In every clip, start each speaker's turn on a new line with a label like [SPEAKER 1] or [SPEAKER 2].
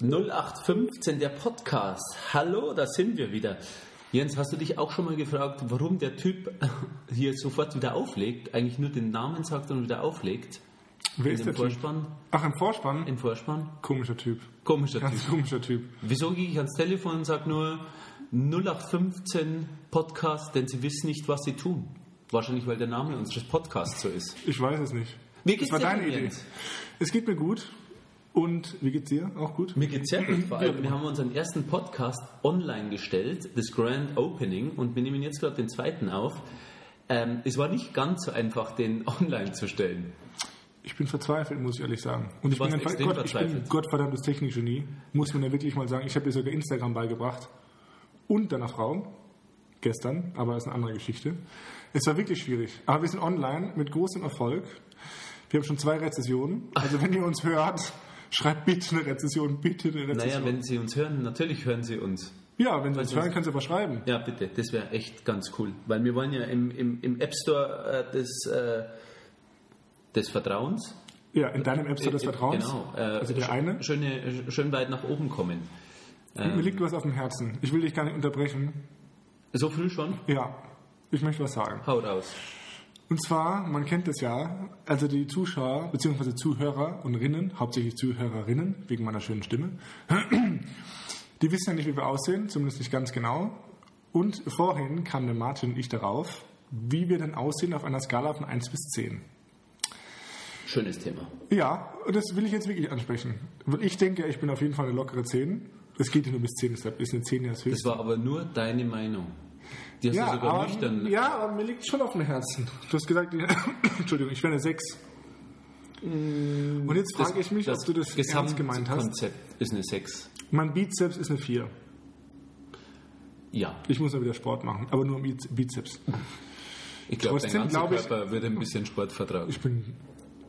[SPEAKER 1] 0815, der Podcast. Hallo, da sind wir wieder. Jens, hast du dich auch schon mal gefragt, warum der Typ hier sofort wieder auflegt, eigentlich nur den Namen sagt und wieder auflegt?
[SPEAKER 2] Wer ist
[SPEAKER 1] in dem
[SPEAKER 2] der Typ?
[SPEAKER 1] Vorspann?
[SPEAKER 2] Ach, im Vorspann?
[SPEAKER 1] Im Vorspann?
[SPEAKER 2] komischer Typ.
[SPEAKER 1] Komischer Typ.
[SPEAKER 2] Ganz komischer Typ.
[SPEAKER 1] Wieso gehe ich ans Telefon und sage nur 0815 Podcast, denn sie wissen nicht, was sie tun? Wahrscheinlich, weil der Name unseres Podcasts so ist.
[SPEAKER 2] Ich weiß es nicht.
[SPEAKER 1] Wie geht's
[SPEAKER 2] das
[SPEAKER 1] dir
[SPEAKER 2] war deine
[SPEAKER 1] denn,
[SPEAKER 2] Idee.
[SPEAKER 1] Jens?
[SPEAKER 2] Es geht mir gut. Und wie geht's dir? Auch gut?
[SPEAKER 1] Mir geht's sehr gut. Vor allem, wir haben unseren ersten Podcast online gestellt, das Grand Opening, und wir nehmen jetzt gerade den zweiten auf. Ähm, es war nicht ganz so einfach, den online zu stellen.
[SPEAKER 2] Ich bin verzweifelt, muss ich ehrlich sagen. Und ich
[SPEAKER 1] warst
[SPEAKER 2] bin, ein,
[SPEAKER 1] extrem
[SPEAKER 2] Gott, ich bin ein
[SPEAKER 1] verzweifelt.
[SPEAKER 2] gottverdammtes Technikgenie. Muss man ja wirklich mal sagen. Ich habe dir sogar Instagram beigebracht. Und deiner Frau. Gestern. Aber das ist eine andere Geschichte. Es war wirklich schwierig. Aber wir sind online mit großem Erfolg. Wir haben schon zwei Rezessionen. Also wenn ihr uns hört, schreibt bitte eine Rezession. Bitte eine Rezession.
[SPEAKER 1] Naja, wenn Sie uns hören, natürlich hören Sie uns.
[SPEAKER 2] ja, wenn Sie uns
[SPEAKER 1] Also-
[SPEAKER 2] hören, können Sie was schreiben.
[SPEAKER 1] Ja, bitte, das wäre echt ganz cool. Weil wir wollen ja im, im, im App Store äh, des, äh, des Vertrauens.
[SPEAKER 2] Ja, in deinem App Store des
[SPEAKER 1] Äh, äh,
[SPEAKER 2] Vertrauens.
[SPEAKER 1] Genau. Äh,
[SPEAKER 2] also der
[SPEAKER 1] sch- äh,
[SPEAKER 2] eine.
[SPEAKER 1] Schöne, schön weit nach oben kommen.
[SPEAKER 2] Mir liegt was auf dem Herzen. Ich will dich gar nicht unterbrechen.
[SPEAKER 1] So früh schon?
[SPEAKER 2] Ja, ich möchte was sagen.
[SPEAKER 1] Haut aus.
[SPEAKER 2] Und zwar, man kennt das ja, also die Zuschauer bzw. Zuhörer und Rinnen, hauptsächlich Zuhörerinnen, wegen meiner schönen Stimme, die wissen ja nicht, wie wir aussehen, zumindest nicht ganz genau. Und vorhin kamen der Martin und ich darauf, wie wir denn aussehen auf einer Skala von 1 bis 10.
[SPEAKER 1] Schönes Thema.
[SPEAKER 2] Ja, und das will ich jetzt wirklich ansprechen. Weil ich denke, ich bin auf jeden Fall eine lockere 10. Es geht ja nur bis 10, deshalb ist eine 10 ja das
[SPEAKER 1] Das
[SPEAKER 2] höchste.
[SPEAKER 1] war aber nur deine Meinung. Die hast du sogar nüchtern.
[SPEAKER 2] ja, aber mir liegt schon auf dem Herzen. Du hast gesagt, Entschuldigung, ich wäre eine 6.
[SPEAKER 1] Mm,
[SPEAKER 2] Und jetzt frage ich mich, ob du das ernst gemeint hast.
[SPEAKER 1] Konzept ist eine 6.
[SPEAKER 2] Mein Bizeps ist eine 4.
[SPEAKER 1] Ja,
[SPEAKER 2] Ich muss ja wieder Sport machen, aber nur im Iz- Bizeps.
[SPEAKER 1] ich glaube, dein
[SPEAKER 2] Trotzdem
[SPEAKER 1] ganzer
[SPEAKER 2] glaub ich-
[SPEAKER 1] Körper würde ein bisschen Sport vertragen.
[SPEAKER 2] Ich bin.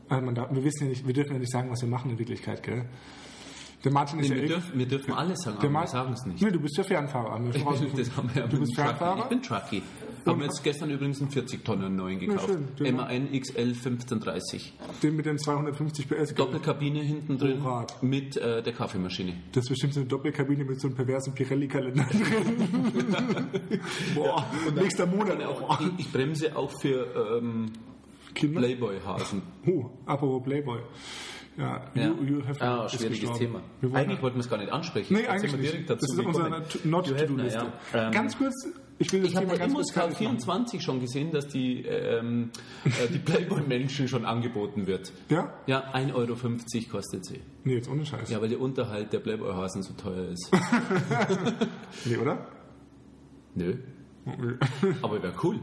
[SPEAKER 2] Also man darf, wir, wissen ja nicht, wir dürfen ja nicht sagen, was wir machen in Wirklichkeit, gell? Der Martin ist ja
[SPEAKER 1] wir,
[SPEAKER 2] eh-
[SPEAKER 1] dürfen, wir dürfen alles sagen,
[SPEAKER 2] der
[SPEAKER 1] aber wir
[SPEAKER 2] Mar-
[SPEAKER 1] sagen es nicht.
[SPEAKER 2] Nee, du bist ja Fernfahrer. Wir haben schon
[SPEAKER 1] Ich bin,
[SPEAKER 2] rausgefunden.
[SPEAKER 1] das haben wir ja
[SPEAKER 2] du
[SPEAKER 1] mit
[SPEAKER 2] bist
[SPEAKER 1] dem Trucky.
[SPEAKER 2] Fernfahrer?
[SPEAKER 1] Ich bin Trucky. Haben jetzt gestern übrigens einen 40-Tonner neuen gekauft.
[SPEAKER 2] schön, genau. den
[SPEAKER 1] MAN XL 1530.
[SPEAKER 2] Den mit den 250 PS.
[SPEAKER 1] Doppelkabine hinten drin
[SPEAKER 2] Hurrat.
[SPEAKER 1] mit äh, der Kaffeemaschine.
[SPEAKER 2] Das ist bestimmt so eine Doppelkabine mit so einem perversen Pirelli-Kalender drin. Boah, nächster Monat.
[SPEAKER 1] Auch,
[SPEAKER 2] Boah,
[SPEAKER 1] ich, ich bremse auch für ähm,
[SPEAKER 2] Kinder.
[SPEAKER 1] Playboy-Hasen.
[SPEAKER 2] Oh, apropos Playboy. Ja,
[SPEAKER 1] Ja.
[SPEAKER 2] You, you have
[SPEAKER 1] ah,
[SPEAKER 2] ist
[SPEAKER 1] schwieriges
[SPEAKER 2] gestorben.
[SPEAKER 1] Thema.
[SPEAKER 2] Wir wollen
[SPEAKER 1] Eigentlich wollten wir es gar nicht ansprechen.
[SPEAKER 2] nee,
[SPEAKER 1] Jetzt
[SPEAKER 2] eigentlich
[SPEAKER 1] sind wir direkt
[SPEAKER 2] nicht. Das
[SPEAKER 1] dazu
[SPEAKER 2] ist auf unserer
[SPEAKER 1] gekommen.
[SPEAKER 2] Not- Not-to-Do-Liste.
[SPEAKER 1] Hefner, ja. Ähm,
[SPEAKER 2] Ganz kurz, ich will das
[SPEAKER 1] Ich habe
[SPEAKER 2] Thema
[SPEAKER 1] bei
[SPEAKER 2] ganz kurz
[SPEAKER 1] Immos
[SPEAKER 2] fertig machen.
[SPEAKER 1] K24 schon gesehen, dass die, ähm, äh, die Playboy-Menschen schon angeboten wird.
[SPEAKER 2] Ja?
[SPEAKER 1] Ja, 1,50 Euro kostet sie.
[SPEAKER 2] Nee, jetzt ohne Scheiß.
[SPEAKER 1] Ja, weil der Unterhalt der Playboy-Hasen so teuer ist.
[SPEAKER 2] Nee, oder?
[SPEAKER 1] Nö. Aber wäre cool.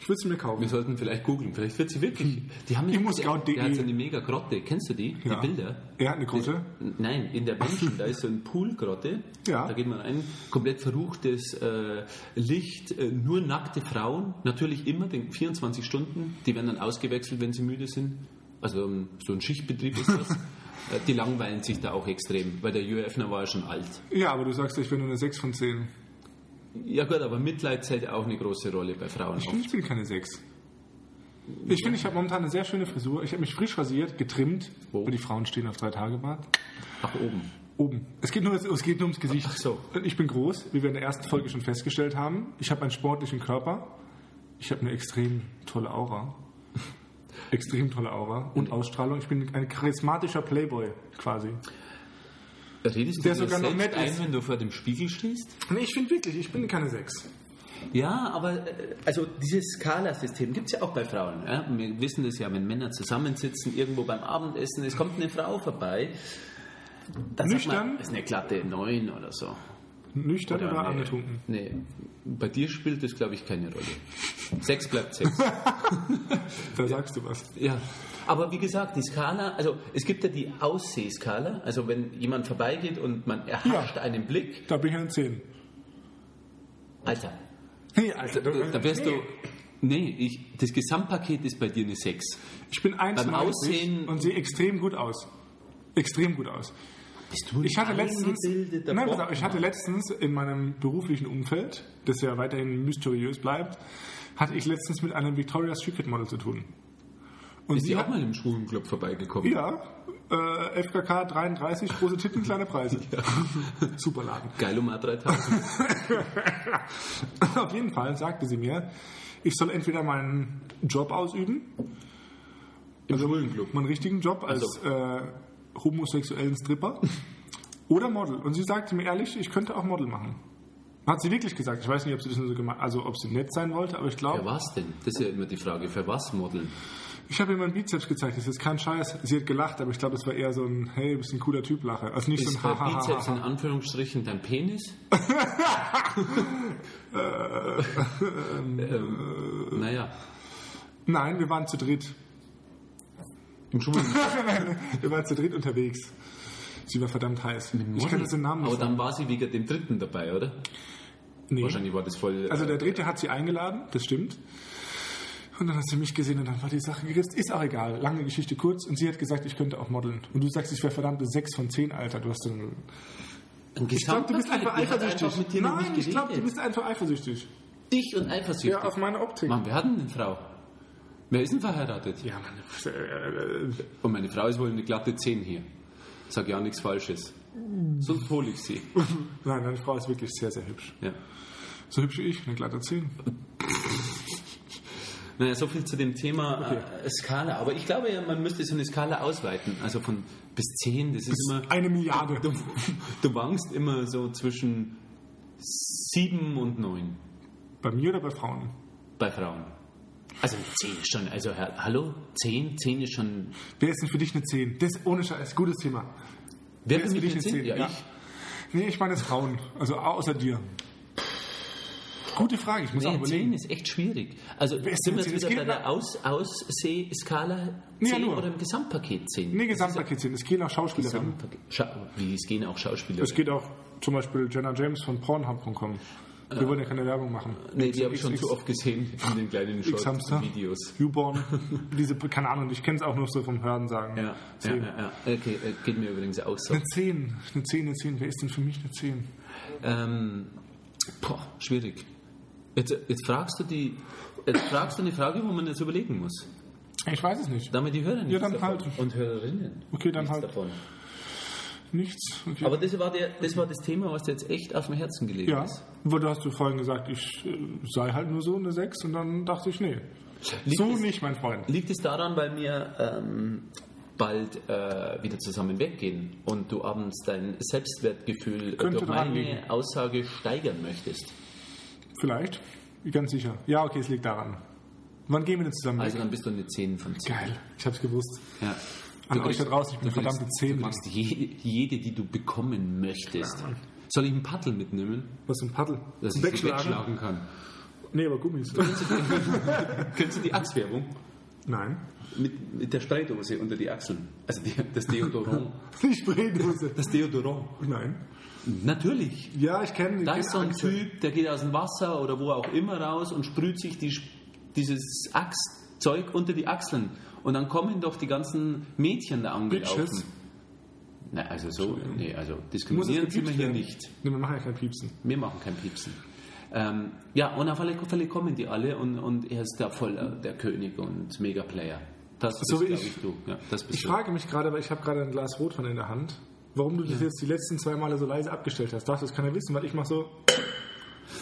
[SPEAKER 2] Ich würde es mir
[SPEAKER 1] Wir
[SPEAKER 2] kaufen.
[SPEAKER 1] sollten vielleicht googeln. Vielleicht wird sie wirklich. Die haben ja-
[SPEAKER 2] Immoscout.de.
[SPEAKER 1] Der hat so eine mega Grotte. Kennst du die?
[SPEAKER 2] Ja.
[SPEAKER 1] Die Bilder?
[SPEAKER 2] Ja, eine Grotte.
[SPEAKER 1] Nein, in der Menschen, da ist so ein Poolgrotte.
[SPEAKER 2] Ja.
[SPEAKER 1] Da geht man rein, komplett verruchtes äh, Licht, äh, nur nackte Frauen, natürlich immer, den 24 Stunden, die werden dann ausgewechselt, wenn sie müde sind. Also ähm, so ein Schichtbetrieb ist das. Äh, die langweilen sich da auch extrem, weil der Jürgen war ja schon alt.
[SPEAKER 2] Ja, aber du sagst, ich bin nur eine 6 von 10.
[SPEAKER 1] Ja gut, aber Mitleid zählt ja auch eine große Rolle bei Frauen.
[SPEAKER 2] Ich
[SPEAKER 1] Oft.
[SPEAKER 2] finde, ich bin keine 6. Ich finde, ich habe momentan eine sehr schöne Frisur. Ich habe mich frisch rasiert, getrimmt.
[SPEAKER 1] Wo?
[SPEAKER 2] Wo? Die Frauen stehen auf drei Tage Bart.
[SPEAKER 1] Nach oben.
[SPEAKER 2] Oben. Es geht nur, es geht nur ums Gesicht.
[SPEAKER 1] Ach so.
[SPEAKER 2] Und Ich bin groß, wie wir in der ersten Folge schon festgestellt haben. Ich habe einen sportlichen Körper. Ich habe eine extrem tolle Aura. extrem tolle Aura und Ausstrahlung. Ich bin ein charismatischer Playboy quasi.
[SPEAKER 1] Redest
[SPEAKER 2] Der
[SPEAKER 1] du dir
[SPEAKER 2] sogar noch
[SPEAKER 1] selbst
[SPEAKER 2] nett
[SPEAKER 1] ein,
[SPEAKER 2] ist.
[SPEAKER 1] wenn du vor dem Spiegel stehst?
[SPEAKER 2] Nee, ich finde wirklich, ich bin keine Sechs.
[SPEAKER 1] Ja, aber äh, also dieses Skala-System gibt es ja auch bei Frauen. Ja? Wir wissen das ja, wenn Männer zusammensitzen, irgendwo beim Abendessen, es kommt eine Frau vorbei. Dann sagt
[SPEAKER 2] Nüchtern?
[SPEAKER 1] Man, ist eine glatte 9 oder so.
[SPEAKER 2] Nüchtern oder,
[SPEAKER 1] nee.
[SPEAKER 2] angetrunken?
[SPEAKER 1] Nee, bei dir spielt das, glaube ich, keine Rolle. Sex bleibt Sex.
[SPEAKER 2] Da sagst du was.
[SPEAKER 1] ja. Aber wie gesagt, die Skala, also es gibt ja die Aussehskala, also wenn jemand vorbeigeht und man erhascht einen Blick,
[SPEAKER 2] Da bin ich eine Zehn.
[SPEAKER 1] Alter,
[SPEAKER 2] Nee, Alter.
[SPEAKER 1] da, da wirst du. Nee, ich, das Gesamtpaket ist bei dir eine 6.
[SPEAKER 2] Ich bin 1,90
[SPEAKER 1] Aussehen-
[SPEAKER 2] und sehe extrem gut aus. Extrem gut aus.
[SPEAKER 1] Bist du
[SPEAKER 2] Ich hatte
[SPEAKER 1] ein
[SPEAKER 2] letztens,
[SPEAKER 1] eingebildeter
[SPEAKER 2] nein, pass
[SPEAKER 1] Bock?
[SPEAKER 2] auf, ich hatte letztens in meinem beruflichen Umfeld, das ja weiterhin mysteriös bleibt, hatte ich letztens mit einem Victoria's Secret Model zu tun. Und
[SPEAKER 1] Ist die auch
[SPEAKER 2] hat,
[SPEAKER 1] mal im Schwulenclub vorbeigekommen?
[SPEAKER 2] ja, Äh, FKK 33, große Titten, kleine Preise. Super Laden.
[SPEAKER 1] Geil um A3000.
[SPEAKER 2] Auf jeden Fall sagte sie mir, ich soll entweder meinen Job ausüben,
[SPEAKER 1] Im Schwulenclub.
[SPEAKER 2] meinen richtigen Job als
[SPEAKER 1] Also.
[SPEAKER 2] äh, homosexuellen Stripper oder Model. Und sie sagte mir ehrlich, ich könnte auch Model machen. Hat sie wirklich gesagt. Ich weiß nicht, ob sie das nur so gemacht also ob sie nett sein wollte, aber ich glaube,
[SPEAKER 1] Für was denn? Das ist ja immer die Frage. Für was modeln?
[SPEAKER 2] ich habe ihr meinen Bizeps gezeigt. Das ist kein Scheiß. Sie hat gelacht, aber ich glaube, das war eher so ein, hey, bist ein cooler Typ, Lache. Also nicht so
[SPEAKER 1] Ist
[SPEAKER 2] ein
[SPEAKER 1] bei Bizeps in
[SPEAKER 2] Hahaha.
[SPEAKER 1] Anführungsstrichen dein Penis? ähm, naja,
[SPEAKER 2] Nein, wir waren zu dritt.
[SPEAKER 1] im Schwulenclub.
[SPEAKER 2] Wir waren zu dritt unterwegs. Sie war verdammt heiß. Ich kann
[SPEAKER 1] Model.
[SPEAKER 2] jetzt den Namen
[SPEAKER 1] Aber
[SPEAKER 2] nicht
[SPEAKER 1] dann war sie wegen dem dritten dabei, oder?
[SPEAKER 2] Nee.
[SPEAKER 1] Wahrscheinlich war das voll.
[SPEAKER 2] Also der dritte hat sie eingeladen, das stimmt. Und dann hat sie mich gesehen und dann war die Sache geritzt. Ist auch egal, lange Geschichte kurz. Und sie hat gesagt, ich könnte auch modeln. Und du sagst, ich wäre verdammte 6 von 10, Alter. Du hast so einen-
[SPEAKER 1] ein
[SPEAKER 2] Ich glaube, du bist
[SPEAKER 1] Gesamtpaket. Die
[SPEAKER 2] einfach
[SPEAKER 1] hat
[SPEAKER 2] eifersüchtig.
[SPEAKER 1] Einfach mit dir noch
[SPEAKER 2] Nein,
[SPEAKER 1] nicht
[SPEAKER 2] ich glaube, du
[SPEAKER 1] geredet.
[SPEAKER 2] bist einfach eifersüchtig.
[SPEAKER 1] Ich und eifersüchtig.
[SPEAKER 2] Ja, auf meine Optik.
[SPEAKER 1] Mann, wer hat denn eine Frau? Wer ist denn verheiratet?
[SPEAKER 2] Ja, Mann. äh, äh,
[SPEAKER 1] Und meine Frau ist wohl eine glatte 10 hier. Sag ja nichts Falsches. So hol ich sie.
[SPEAKER 2] Nein, deine Frau ist wirklich sehr, sehr hübsch.
[SPEAKER 1] Ja.
[SPEAKER 2] So hübsch wie ich, eine glatte 10.
[SPEAKER 1] Naja, so viel zu dem Thema äh, Skala. Aber ich glaube ja, man müsste so eine Skala ausweiten. Also von bis 10, das ist immer.
[SPEAKER 2] Eine Milliarde.
[SPEAKER 1] Du, du wankst immer so zwischen 7 und 9
[SPEAKER 2] Bei mir oder bei Frauen?
[SPEAKER 1] bei Frauen. Also 10 ist schon, also ha- hallo? 10? 10 ist schon.
[SPEAKER 2] Wer ist denn für dich eine 10? Das ohne Scheiß, gutes Thema.
[SPEAKER 1] Wer
[SPEAKER 2] ist für dich eine 10?
[SPEAKER 1] Ja,
[SPEAKER 2] Ja.
[SPEAKER 1] ich.
[SPEAKER 2] Nee, ich meine jetzt Frauen. Also außer dir. Gute Frage, ich muss
[SPEAKER 1] Nee,
[SPEAKER 2] auch
[SPEAKER 1] 10
[SPEAKER 2] überlegen.
[SPEAKER 1] ist echt schwierig. Also
[SPEAKER 2] Wer ist
[SPEAKER 1] sind wir
[SPEAKER 2] denn
[SPEAKER 1] jetzt wieder
[SPEAKER 2] 10?
[SPEAKER 1] bei der Aus Ausseh-Skala
[SPEAKER 2] Ja,
[SPEAKER 1] 10
[SPEAKER 2] nur.
[SPEAKER 1] oder im Gesamtpaket 10?
[SPEAKER 2] Nee, Gesamtpaket sehen. Es gehen auch Schauspielerinnen.
[SPEAKER 1] Gesamtpaket. Scha Wie es gehen auch Schauspieler.
[SPEAKER 2] Es geht auch zum Beispiel Jenna James von Pornhub.com. Wir wollen ja keine Werbung machen.
[SPEAKER 1] Äh, Nee, die habe ich
[SPEAKER 2] X,
[SPEAKER 1] schon
[SPEAKER 2] X,
[SPEAKER 1] zu oft gesehen in den kleinen
[SPEAKER 2] X-Hamster.
[SPEAKER 1] Short-Videos.
[SPEAKER 2] Newborn. Diese, keine Ahnung, ich kenne es auch nur so vom Hören sagen.
[SPEAKER 1] Ja, ja,
[SPEAKER 2] Zehn.
[SPEAKER 1] ja, ja. Okay, äh, geht mir übrigens auch so.
[SPEAKER 2] Eine 10, eine 10, eine 10. Wer ist denn für mich eine 10?
[SPEAKER 1] Ähm, boah, schwierig. Jetzt, jetzt, fragst du die, jetzt fragst du eine Frage, wo man jetzt überlegen muss.
[SPEAKER 2] Ich weiß es nicht.
[SPEAKER 1] Damit die Hörer nichts
[SPEAKER 2] dann
[SPEAKER 1] davon.
[SPEAKER 2] halt.
[SPEAKER 1] Und Hörerinnen.
[SPEAKER 2] Okay, dann
[SPEAKER 1] nichts
[SPEAKER 2] halt.
[SPEAKER 1] Davon.
[SPEAKER 2] Nichts. Okay.
[SPEAKER 1] Aber das war, der, das war das Thema, was dir jetzt echt auf dem Herzen gelegen
[SPEAKER 2] ja,
[SPEAKER 1] ist.
[SPEAKER 2] wo du hast du vorhin gesagt, ich äh, sei halt nur so eine 6 und dann dachte ich, nee.
[SPEAKER 1] Liegt
[SPEAKER 2] so
[SPEAKER 1] es-
[SPEAKER 2] nicht, mein Freund.
[SPEAKER 1] Liegt es daran, weil wir ähm, bald äh, wieder zusammen weggehen und du abends dein Selbstwertgefühl äh,
[SPEAKER 2] Könnte
[SPEAKER 1] durch
[SPEAKER 2] daran
[SPEAKER 1] meine
[SPEAKER 2] liegen.
[SPEAKER 1] Aussage steigern möchtest?
[SPEAKER 2] Vielleicht. Ganz sicher. Ja, okay, es liegt daran. Wann gehen wir denn zusammen?
[SPEAKER 1] Also
[SPEAKER 2] weg?
[SPEAKER 1] dann bist du eine 10 von 10.
[SPEAKER 2] Geil, ich hab's gewusst.
[SPEAKER 1] Ja.
[SPEAKER 2] An
[SPEAKER 1] Du
[SPEAKER 2] euch da
[SPEAKER 1] kriegst-
[SPEAKER 2] draußen, ich bin
[SPEAKER 1] du
[SPEAKER 2] eine verdammte
[SPEAKER 1] kriegst-
[SPEAKER 2] Zehn,
[SPEAKER 1] Du
[SPEAKER 2] Mann.
[SPEAKER 1] kriegst jede, jede, die du bekommen möchtest. Soll ich einen Paddel mitnehmen,
[SPEAKER 2] Was für ein Paddel?
[SPEAKER 1] dass ich sie wegschlagen kann?
[SPEAKER 2] Nee, aber Gummis.
[SPEAKER 1] Kennst du die Achswerbung?
[SPEAKER 2] Nein.
[SPEAKER 1] Mit, mit der Spraydose unter die Achseln. Also die, das Deodorant.
[SPEAKER 2] Die Spraydose.
[SPEAKER 1] das Deodorant.
[SPEAKER 2] Nein.
[SPEAKER 1] Natürlich.
[SPEAKER 2] Ja, ich kenne
[SPEAKER 1] Da ist so ein Typ, der geht aus dem Wasser oder wo auch immer raus und sprüht sich die, dieses Achszeug unter die Achseln. Und dann kommen doch die ganzen Mädchen da angelaufen.
[SPEAKER 2] Bitches.
[SPEAKER 1] Na, also so, nee, also
[SPEAKER 2] Muss es
[SPEAKER 1] diskriminieren sind wir
[SPEAKER 2] gepiept
[SPEAKER 1] hier
[SPEAKER 2] werden?
[SPEAKER 1] nicht.
[SPEAKER 2] Nee, wir machen ja kein Piepsen.
[SPEAKER 1] Wir machen kein Piepsen. Ähm, ja, und auf alle Fälle kommen die alle und, und er ist da voll äh, der König und Mega-Player. Das bist,
[SPEAKER 2] So wie
[SPEAKER 1] glaub
[SPEAKER 2] ich.
[SPEAKER 1] ich, du. Ja, das bist
[SPEAKER 2] Ich
[SPEAKER 1] du.
[SPEAKER 2] frage mich gerade, weil ich habe gerade ein Glas Rotwein in der Hand, warum du das jetzt die letzten zwei Male so leise abgestellt hast. Darf das keiner wissen, weil ich mache so...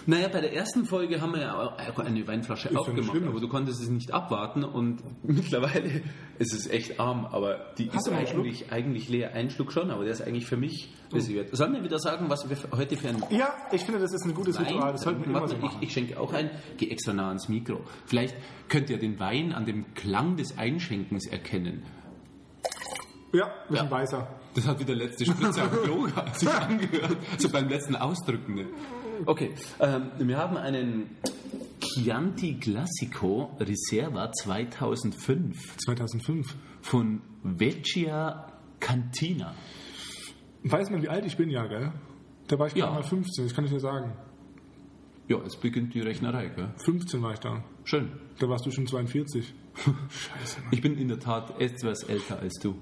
[SPEAKER 1] Naja, bei der ersten Folge haben wir ja auch eine Weinflasche
[SPEAKER 2] ja nicht
[SPEAKER 1] aufgemacht,
[SPEAKER 2] schlimm.
[SPEAKER 1] aber du konntest es nicht abwarten und mittlerweile ist es echt arm, aber die
[SPEAKER 2] Hast
[SPEAKER 1] ist
[SPEAKER 2] du noch einen
[SPEAKER 1] eigentlich, eigentlich leer. Einen Schluck schon, aber der ist eigentlich für mich reserviert. Sollen wir wieder sagen, was wir heute für ein
[SPEAKER 2] Ja, ich finde, das ist ein gutes Ritual. Das sollten wir immer
[SPEAKER 1] Warte,
[SPEAKER 2] so
[SPEAKER 1] ich,
[SPEAKER 2] machen.
[SPEAKER 1] ich schenke auch ein. Geh extra nah ans Mikro. Vielleicht könnt ihr den Wein an dem Klang des Einschenkens erkennen.
[SPEAKER 2] Ja, wir sind weißer.
[SPEAKER 1] Das hat wie der letzte Spritzer am Klo sich angehört. So beim letzten Ausdrücken. ne? Okay, ähm, wir haben einen Chianti Classico Reserva 2005
[SPEAKER 2] 2005.
[SPEAKER 1] von Vecchia Cantina.
[SPEAKER 2] Weiß man, wie alt ich bin, ja, gell? Da war ich
[SPEAKER 1] Ja.
[SPEAKER 2] gerade mal 15, das kann ich dir sagen.
[SPEAKER 1] Ja, jetzt beginnt die Rechnerei, gell?
[SPEAKER 2] 15 war ich da.
[SPEAKER 1] Schön.
[SPEAKER 2] Da warst du schon 42. Scheiße, Mann.
[SPEAKER 1] Ich bin in der Tat etwas älter als du.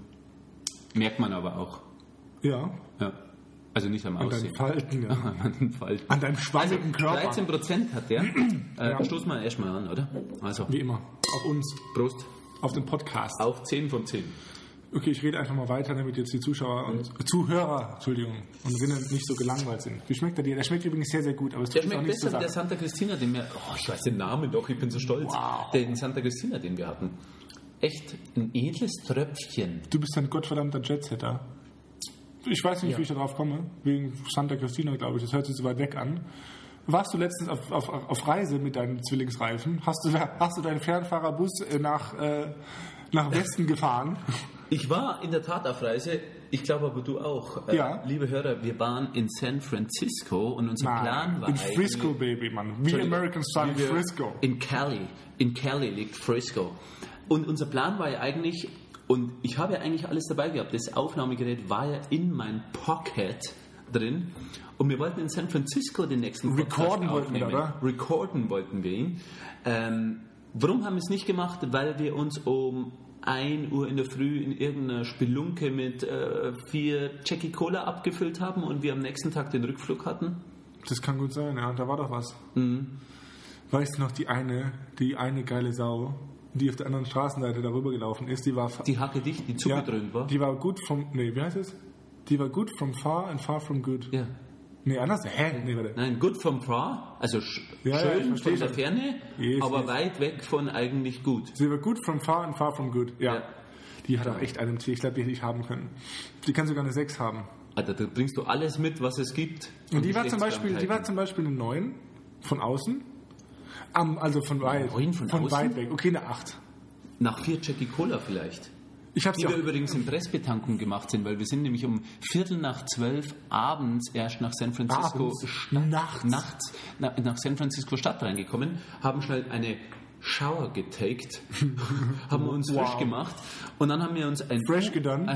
[SPEAKER 1] Merkt man aber auch.
[SPEAKER 2] Ja,
[SPEAKER 1] Ja. Also nicht am
[SPEAKER 2] an deinen
[SPEAKER 1] Aussehen.
[SPEAKER 2] Falten, ja.
[SPEAKER 1] An den Falten.
[SPEAKER 2] An deinem schwammigen Körper.
[SPEAKER 1] 13 Prozent hat der. Äh,
[SPEAKER 2] Ja.
[SPEAKER 1] Stoß mal erstmal an, oder? Also,
[SPEAKER 2] Wie immer. Auf uns.
[SPEAKER 1] Prost.
[SPEAKER 2] Auf den Podcast.
[SPEAKER 1] Auf 10 von 10.
[SPEAKER 2] Okay, ich rede einfach mal weiter, damit jetzt die Zuschauer und Zuhörer, Entschuldigung, und Rinnen nicht so gelangweilt sind. Wie schmeckt er dir? Der schmeckt übrigens sehr, sehr gut, aber es
[SPEAKER 1] Der
[SPEAKER 2] tut mir auch
[SPEAKER 1] schmeckt
[SPEAKER 2] nichts zu
[SPEAKER 1] besser wie der
[SPEAKER 2] sagen.
[SPEAKER 1] Santa Cristina, den wir. Oh, ich weiß den Namen doch, ich bin so stolz.
[SPEAKER 2] Wow.
[SPEAKER 1] Den Santa Cristina, den wir hatten. Echt ein edles Tröpfchen.
[SPEAKER 2] Du bist ein gottverdammter Jetsetter. Ich weiß nicht,
[SPEAKER 1] Ja.
[SPEAKER 2] wie ich darauf komme, wegen Santa Cristina, glaube ich. Das hört sich so weit weg an. Warst du letztens auf, auf, auf Reise mit deinen Zwillingsreifen? Hast du, da- hast du deinen Fernfahrerbus äh, nach, äh, nach Westen gefahren?
[SPEAKER 1] Ich war in der Tat auf Reise, ich glaube aber du auch. Äh,
[SPEAKER 2] Ja.
[SPEAKER 1] Liebe Hörer, wir waren in San Francisco und unser Plan war
[SPEAKER 2] in
[SPEAKER 1] eigentlich-
[SPEAKER 2] Frisco, Baby, Mann. Wie
[SPEAKER 1] Entschuldigung,
[SPEAKER 2] American Style
[SPEAKER 1] wie wir-
[SPEAKER 2] Frisco.
[SPEAKER 1] In Cali. In Cali liegt Frisco. Und unser Plan war ja eigentlich, und ich habe ja eigentlich alles dabei gehabt. Das Aufnahmegerät war ja in meinem Pocket drin. Und wir wollten in San Francisco den nächsten Podcast
[SPEAKER 2] Recorden wollten wir,
[SPEAKER 1] aufnehmen. Recorden wollten wir ihn. Ähm, warum haben wir es nicht gemacht? Weil wir uns um 1 Uhr in der Früh in irgendeiner Spelunke mit äh, vier Jackie Cola abgefüllt haben und wir am nächsten Tag den Rückflug hatten.
[SPEAKER 2] Das kann gut sein, ja. Da war doch was.
[SPEAKER 1] Mhm.
[SPEAKER 2] Weißt du noch, die eine, die eine geile Sau, die auf der anderen Straßenseite darüber gelaufen ist, die war... fa-
[SPEAKER 1] Die Hacke dicht, die
[SPEAKER 2] ja,
[SPEAKER 1] zugedröhnt war.
[SPEAKER 2] Die war gut vom... Nee, wie heißt es? Die war gut from far and far from good.
[SPEAKER 1] Ja.
[SPEAKER 2] Nee, anders? Hä? Nee, warte.
[SPEAKER 1] Nein, good from far, also sch
[SPEAKER 2] Ja, ja, ich
[SPEAKER 1] schön
[SPEAKER 2] verstehe
[SPEAKER 1] von der
[SPEAKER 2] schon.
[SPEAKER 1] Ferne,
[SPEAKER 2] Yes,
[SPEAKER 1] aber
[SPEAKER 2] yes.
[SPEAKER 1] weit weg von eigentlich gut.
[SPEAKER 2] Sie war gut from far and far from good. Ja.
[SPEAKER 1] Ja.
[SPEAKER 2] Die hat auch echt einen Tee. Ich glaube, die hätte ich haben können. Die kann sogar eine 6 haben.
[SPEAKER 1] Alter, Also da bringst du alles mit, was es gibt.
[SPEAKER 2] Und die war, zum Beispiel, die war zum Beispiel eine 9 von außen. Am, also von weit.
[SPEAKER 1] Neun von außen?
[SPEAKER 2] weit weg. Okay, eine 8.
[SPEAKER 1] Nach vier Jackie Cola vielleicht.
[SPEAKER 2] Ich habe
[SPEAKER 1] Die
[SPEAKER 2] sie
[SPEAKER 1] wir
[SPEAKER 2] auch
[SPEAKER 1] übrigens in Pressbetankung gemacht sind, weil wir sind nämlich um Viertel nach zwölf abends erst nach San Francisco
[SPEAKER 2] abends, nachts.
[SPEAKER 1] nachts na, nach San Francisco Stadt reingekommen, haben schnell eine Shower getaked, haben uns frisch
[SPEAKER 2] Wow.
[SPEAKER 1] gemacht und dann haben wir uns ein
[SPEAKER 2] Fresh gedan.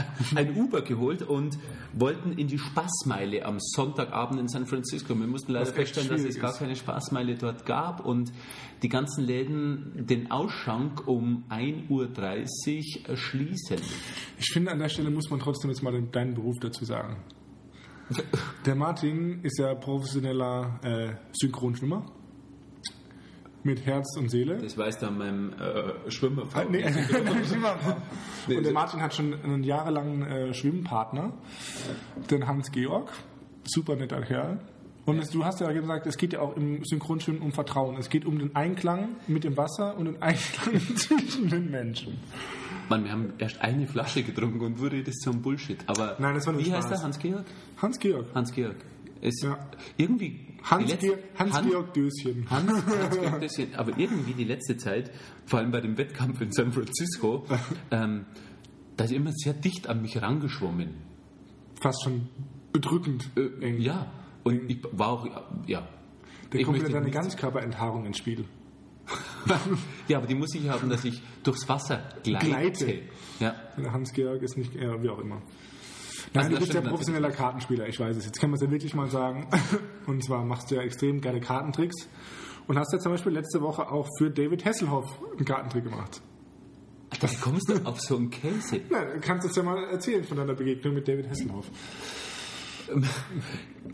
[SPEAKER 1] ein Uber geholt und wollten in die Spaßmeile am Sonntagabend in San Francisco. Wir mussten leider
[SPEAKER 2] Was echt
[SPEAKER 1] feststellen, dass es
[SPEAKER 2] schwierig
[SPEAKER 1] gar
[SPEAKER 2] ist.
[SPEAKER 1] keine Spaßmeile dort gab und die ganzen Läden den Ausschank um 1.30 Uhr schließen.
[SPEAKER 2] Ich finde, an der Stelle muss man trotzdem jetzt mal den, deinen Beruf dazu sagen. Der Martin ist ja professioneller äh, Synchronschwimmer. Mit Herz und Seele.
[SPEAKER 1] Das weiß dann meinem äh, Schwimmer.
[SPEAKER 2] Ah, Nee, Schwimmerfrau.
[SPEAKER 1] Nee, also-
[SPEAKER 2] Und der
[SPEAKER 1] so-
[SPEAKER 2] Martin hat schon einen jahrelangen äh, Schwimmpartner, den Hans-Georg. Super netter Kerl. Und es, du hast ja gesagt, es geht ja auch im Synchronschwimmen um Vertrauen. Es geht um den Einklang mit dem Wasser und den Einklang zwischen den Menschen.
[SPEAKER 1] Mann, wir haben erst eine Flasche getrunken und wurde das zum Bullshit. Aber
[SPEAKER 2] Nein, das war nur
[SPEAKER 1] wie
[SPEAKER 2] Spaß.
[SPEAKER 1] heißt der Hans-Georg?
[SPEAKER 2] Hans-Georg.
[SPEAKER 1] Hans-Georg. Es
[SPEAKER 2] Ja.
[SPEAKER 1] irgendwie
[SPEAKER 2] Hans-Georg Hans
[SPEAKER 1] Hans
[SPEAKER 2] Hans Döschen.
[SPEAKER 1] Hans, Hans Georg Döschen. Aber irgendwie die letzte Zeit, vor allem bei dem Wettkampf in San Francisco, ähm, da ist immer sehr dicht an mich rangeschwommen.
[SPEAKER 2] Fast schon bedrückend.
[SPEAKER 1] Äh, ja, und ich war auch, ja.
[SPEAKER 2] Da
[SPEAKER 1] ich
[SPEAKER 2] kommt wieder
[SPEAKER 1] möchte
[SPEAKER 2] deine
[SPEAKER 1] nicht-
[SPEAKER 2] Ganzkörperenthaarung ins Spiel.
[SPEAKER 1] ja, aber die muss ich haben, dass ich durchs Wasser gleite.
[SPEAKER 2] Gleite.
[SPEAKER 1] Ja.
[SPEAKER 2] Hans-Georg ist nicht, ja, wie auch immer.
[SPEAKER 1] Also das
[SPEAKER 2] Nein, du bist ja
[SPEAKER 1] stimmt
[SPEAKER 2] professioneller Kartenspieler, ich weiß es. Jetzt kann man es ja wirklich mal sagen. Und zwar machst du ja extrem geile Kartentricks. Und hast ja zum Beispiel letzte Woche auch für David Hasselhoff einen Kartentrick gemacht.
[SPEAKER 1] Da kommst du auf so einen Käse.
[SPEAKER 2] Na, du kannst uns ja mal erzählen von deiner Begegnung mit David Hasselhoff.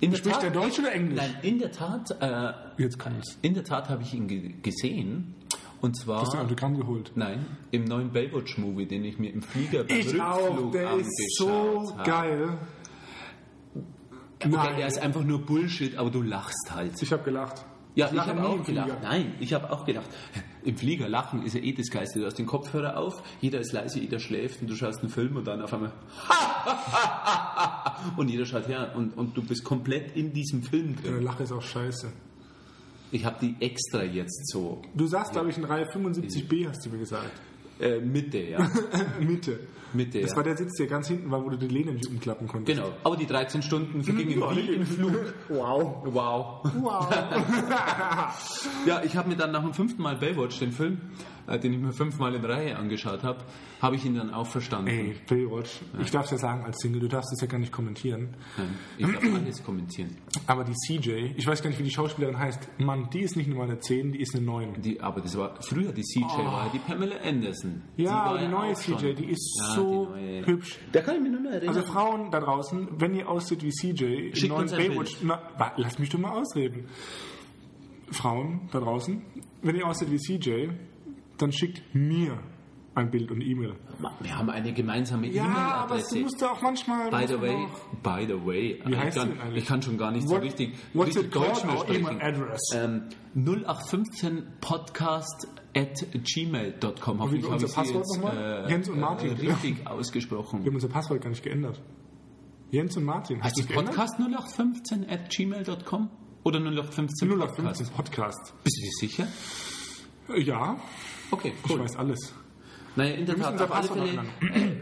[SPEAKER 1] In
[SPEAKER 2] Spricht er Deutsch oder Englisch?
[SPEAKER 1] Nein, in der Tat, äh,
[SPEAKER 2] Jetzt kommt's.
[SPEAKER 1] in der Tat habe ich ihn ge gesehen. Und zwar.
[SPEAKER 2] Hast du ein Autogramm geholt?
[SPEAKER 1] Nein, im neuen Baywatch-Movie, den ich mir im Flieger beim
[SPEAKER 2] Ich auch, der ist so
[SPEAKER 1] habe.
[SPEAKER 2] geil.
[SPEAKER 1] Okay, der
[SPEAKER 2] Nein,
[SPEAKER 1] ist einfach nur Bullshit, aber du lachst halt.
[SPEAKER 2] ich habe gelacht.
[SPEAKER 1] Ja, ich,
[SPEAKER 2] lache
[SPEAKER 1] habe
[SPEAKER 2] nie
[SPEAKER 1] auch
[SPEAKER 2] im Flieger.
[SPEAKER 1] gelacht. Nein, ich habe auch gelacht. Im Flieger lachen ist ja eh das Geiste. Du hast den Kopfhörer auf, jeder ist leise, jeder schläft und du schaust einen Film und dann auf einmal und jeder schaut her und, und du bist komplett in diesem Film
[SPEAKER 2] Deine
[SPEAKER 1] drin.
[SPEAKER 2] Lache ist auch scheiße.
[SPEAKER 1] Ich habe die extra jetzt so
[SPEAKER 2] Du saßt, glaube ich, in Reihe 75b, hast du mir gesagt.
[SPEAKER 1] äh, Mitte, ja,
[SPEAKER 2] Mitte.
[SPEAKER 1] Mitte.
[SPEAKER 2] Das
[SPEAKER 1] ja.
[SPEAKER 2] war der Sitz, der ganz hinten war, wo du die Lehne nicht umklappen konntest.
[SPEAKER 1] genau. Aber die 13 Stunden vergingen wie im Flug. Genau.
[SPEAKER 2] Wow.
[SPEAKER 1] Wow.
[SPEAKER 2] Wow.
[SPEAKER 1] Ja, ich habe mir dann nach dem fünften Mal Baywatch, den Film, äh, den ich mir fünfmal in Reihe angeschaut habe, habe ich ihn dann auch verstanden.
[SPEAKER 2] Ey, Baywatch. Ich darf es ja sagen als Single, du darfst es ja gar nicht kommentieren.
[SPEAKER 1] Nein, Ich darf alles kommentieren.
[SPEAKER 2] Aber die CJ, ich weiß gar nicht, wie die Schauspielerin heißt. Mann, die ist nicht nur mal eine 10, die ist eine 9.
[SPEAKER 1] Die, aber das war früher die CJ, war ja die Pamela Anderson.
[SPEAKER 2] Oh. Ja, aber die neue
[SPEAKER 1] auch schon-
[SPEAKER 2] CJ, die ist
[SPEAKER 1] Ja,
[SPEAKER 2] so
[SPEAKER 1] die neue.
[SPEAKER 2] hübsch.
[SPEAKER 1] Da kann ich mich nur noch erinnern.
[SPEAKER 2] Also Frauen da draußen, wenn ihr aussieht wie CJ,
[SPEAKER 1] Schickt uns ein
[SPEAKER 2] Na, wa- lass mich doch mal ausreden. Frauen da draußen, wenn ihr aussieht wie CJ, dann schickt mir ein Bild und E-Mail.
[SPEAKER 1] Wir haben eine gemeinsame
[SPEAKER 2] Ja, aber es
[SPEAKER 1] E-Mail-Adresse.
[SPEAKER 2] musste auch manchmal.
[SPEAKER 1] By
[SPEAKER 2] muss
[SPEAKER 1] the
[SPEAKER 2] man
[SPEAKER 1] way,
[SPEAKER 2] auch-
[SPEAKER 1] by the way,
[SPEAKER 2] Wie
[SPEAKER 1] ich,
[SPEAKER 2] heißt
[SPEAKER 1] kann,
[SPEAKER 2] die denn eigentlich?
[SPEAKER 1] ich kann schon gar nicht so
[SPEAKER 2] What-
[SPEAKER 1] richtig,
[SPEAKER 2] what's
[SPEAKER 1] richtig
[SPEAKER 2] it called,
[SPEAKER 1] Deutsch mehr
[SPEAKER 2] our
[SPEAKER 1] sprechen.
[SPEAKER 2] email address?
[SPEAKER 1] Ähm, 0815 podcast at gmail.com. Hoffentlich
[SPEAKER 2] war
[SPEAKER 1] habe
[SPEAKER 2] unser
[SPEAKER 1] ich sie
[SPEAKER 2] Passwort
[SPEAKER 1] jetzt äh,
[SPEAKER 2] nochmal? Jens und Martin.
[SPEAKER 1] richtig
[SPEAKER 2] Wir haben
[SPEAKER 1] ausgesprochen.
[SPEAKER 2] unser Passwort gar nicht geändert. Jens und Martin.
[SPEAKER 1] Heißt das
[SPEAKER 2] du's geändert?
[SPEAKER 1] Podcast 0815 at gmail.com? Oder 0815 Podcast?
[SPEAKER 2] 0815 Podcast.
[SPEAKER 1] Bist du dir sicher?
[SPEAKER 2] Ja,
[SPEAKER 1] Okay,
[SPEAKER 2] ich
[SPEAKER 1] cool.
[SPEAKER 2] weiß alles.
[SPEAKER 1] Naja, in der
[SPEAKER 2] Wir müssen
[SPEAKER 1] Tat,
[SPEAKER 2] unser
[SPEAKER 1] auf alle
[SPEAKER 2] Passwort
[SPEAKER 1] Fälle, äh,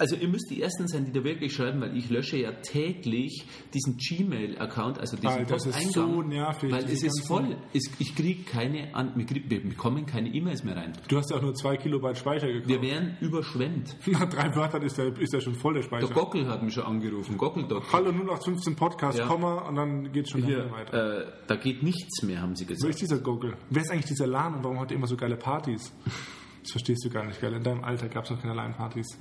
[SPEAKER 1] also ihr müsst die Ersten sein, die da wirklich schreiben, weil ich lösche ja täglich diesen Gmail-Account, also diesen
[SPEAKER 2] Alter, das ist
[SPEAKER 1] Posteingang,
[SPEAKER 2] so nervig,
[SPEAKER 1] weil
[SPEAKER 2] diese
[SPEAKER 1] es ist
[SPEAKER 2] ganzen-
[SPEAKER 1] voll. Es, ich kriege keine, An wir, krieg, wir bekommen keine E-Mails mehr rein.
[SPEAKER 2] Du hast ja auch nur 2 Kilobyte Speicher
[SPEAKER 1] Wir
[SPEAKER 2] gekauft.
[SPEAKER 1] wären überschwemmt.
[SPEAKER 2] Nach drei Wörtern ist der, ist der schon voll, der
[SPEAKER 1] Der
[SPEAKER 2] Speicher.
[SPEAKER 1] Gockel hat mich schon angerufen, Gockel Doc.
[SPEAKER 2] Hallo 0815 Podcast,
[SPEAKER 1] Ja.
[SPEAKER 2] Komma, und dann geht's schon
[SPEAKER 1] Hier,
[SPEAKER 2] lange weiter.
[SPEAKER 1] äh, da geht nichts mehr, haben sie
[SPEAKER 2] Wer
[SPEAKER 1] gesagt.
[SPEAKER 2] ist dieser Goggle? Wer ist eigentlich dieser Lan und warum hat er immer so geile Partys? Das verstehst du gar nicht, gell? In deinem Alter gab es noch keine LAN-Partys.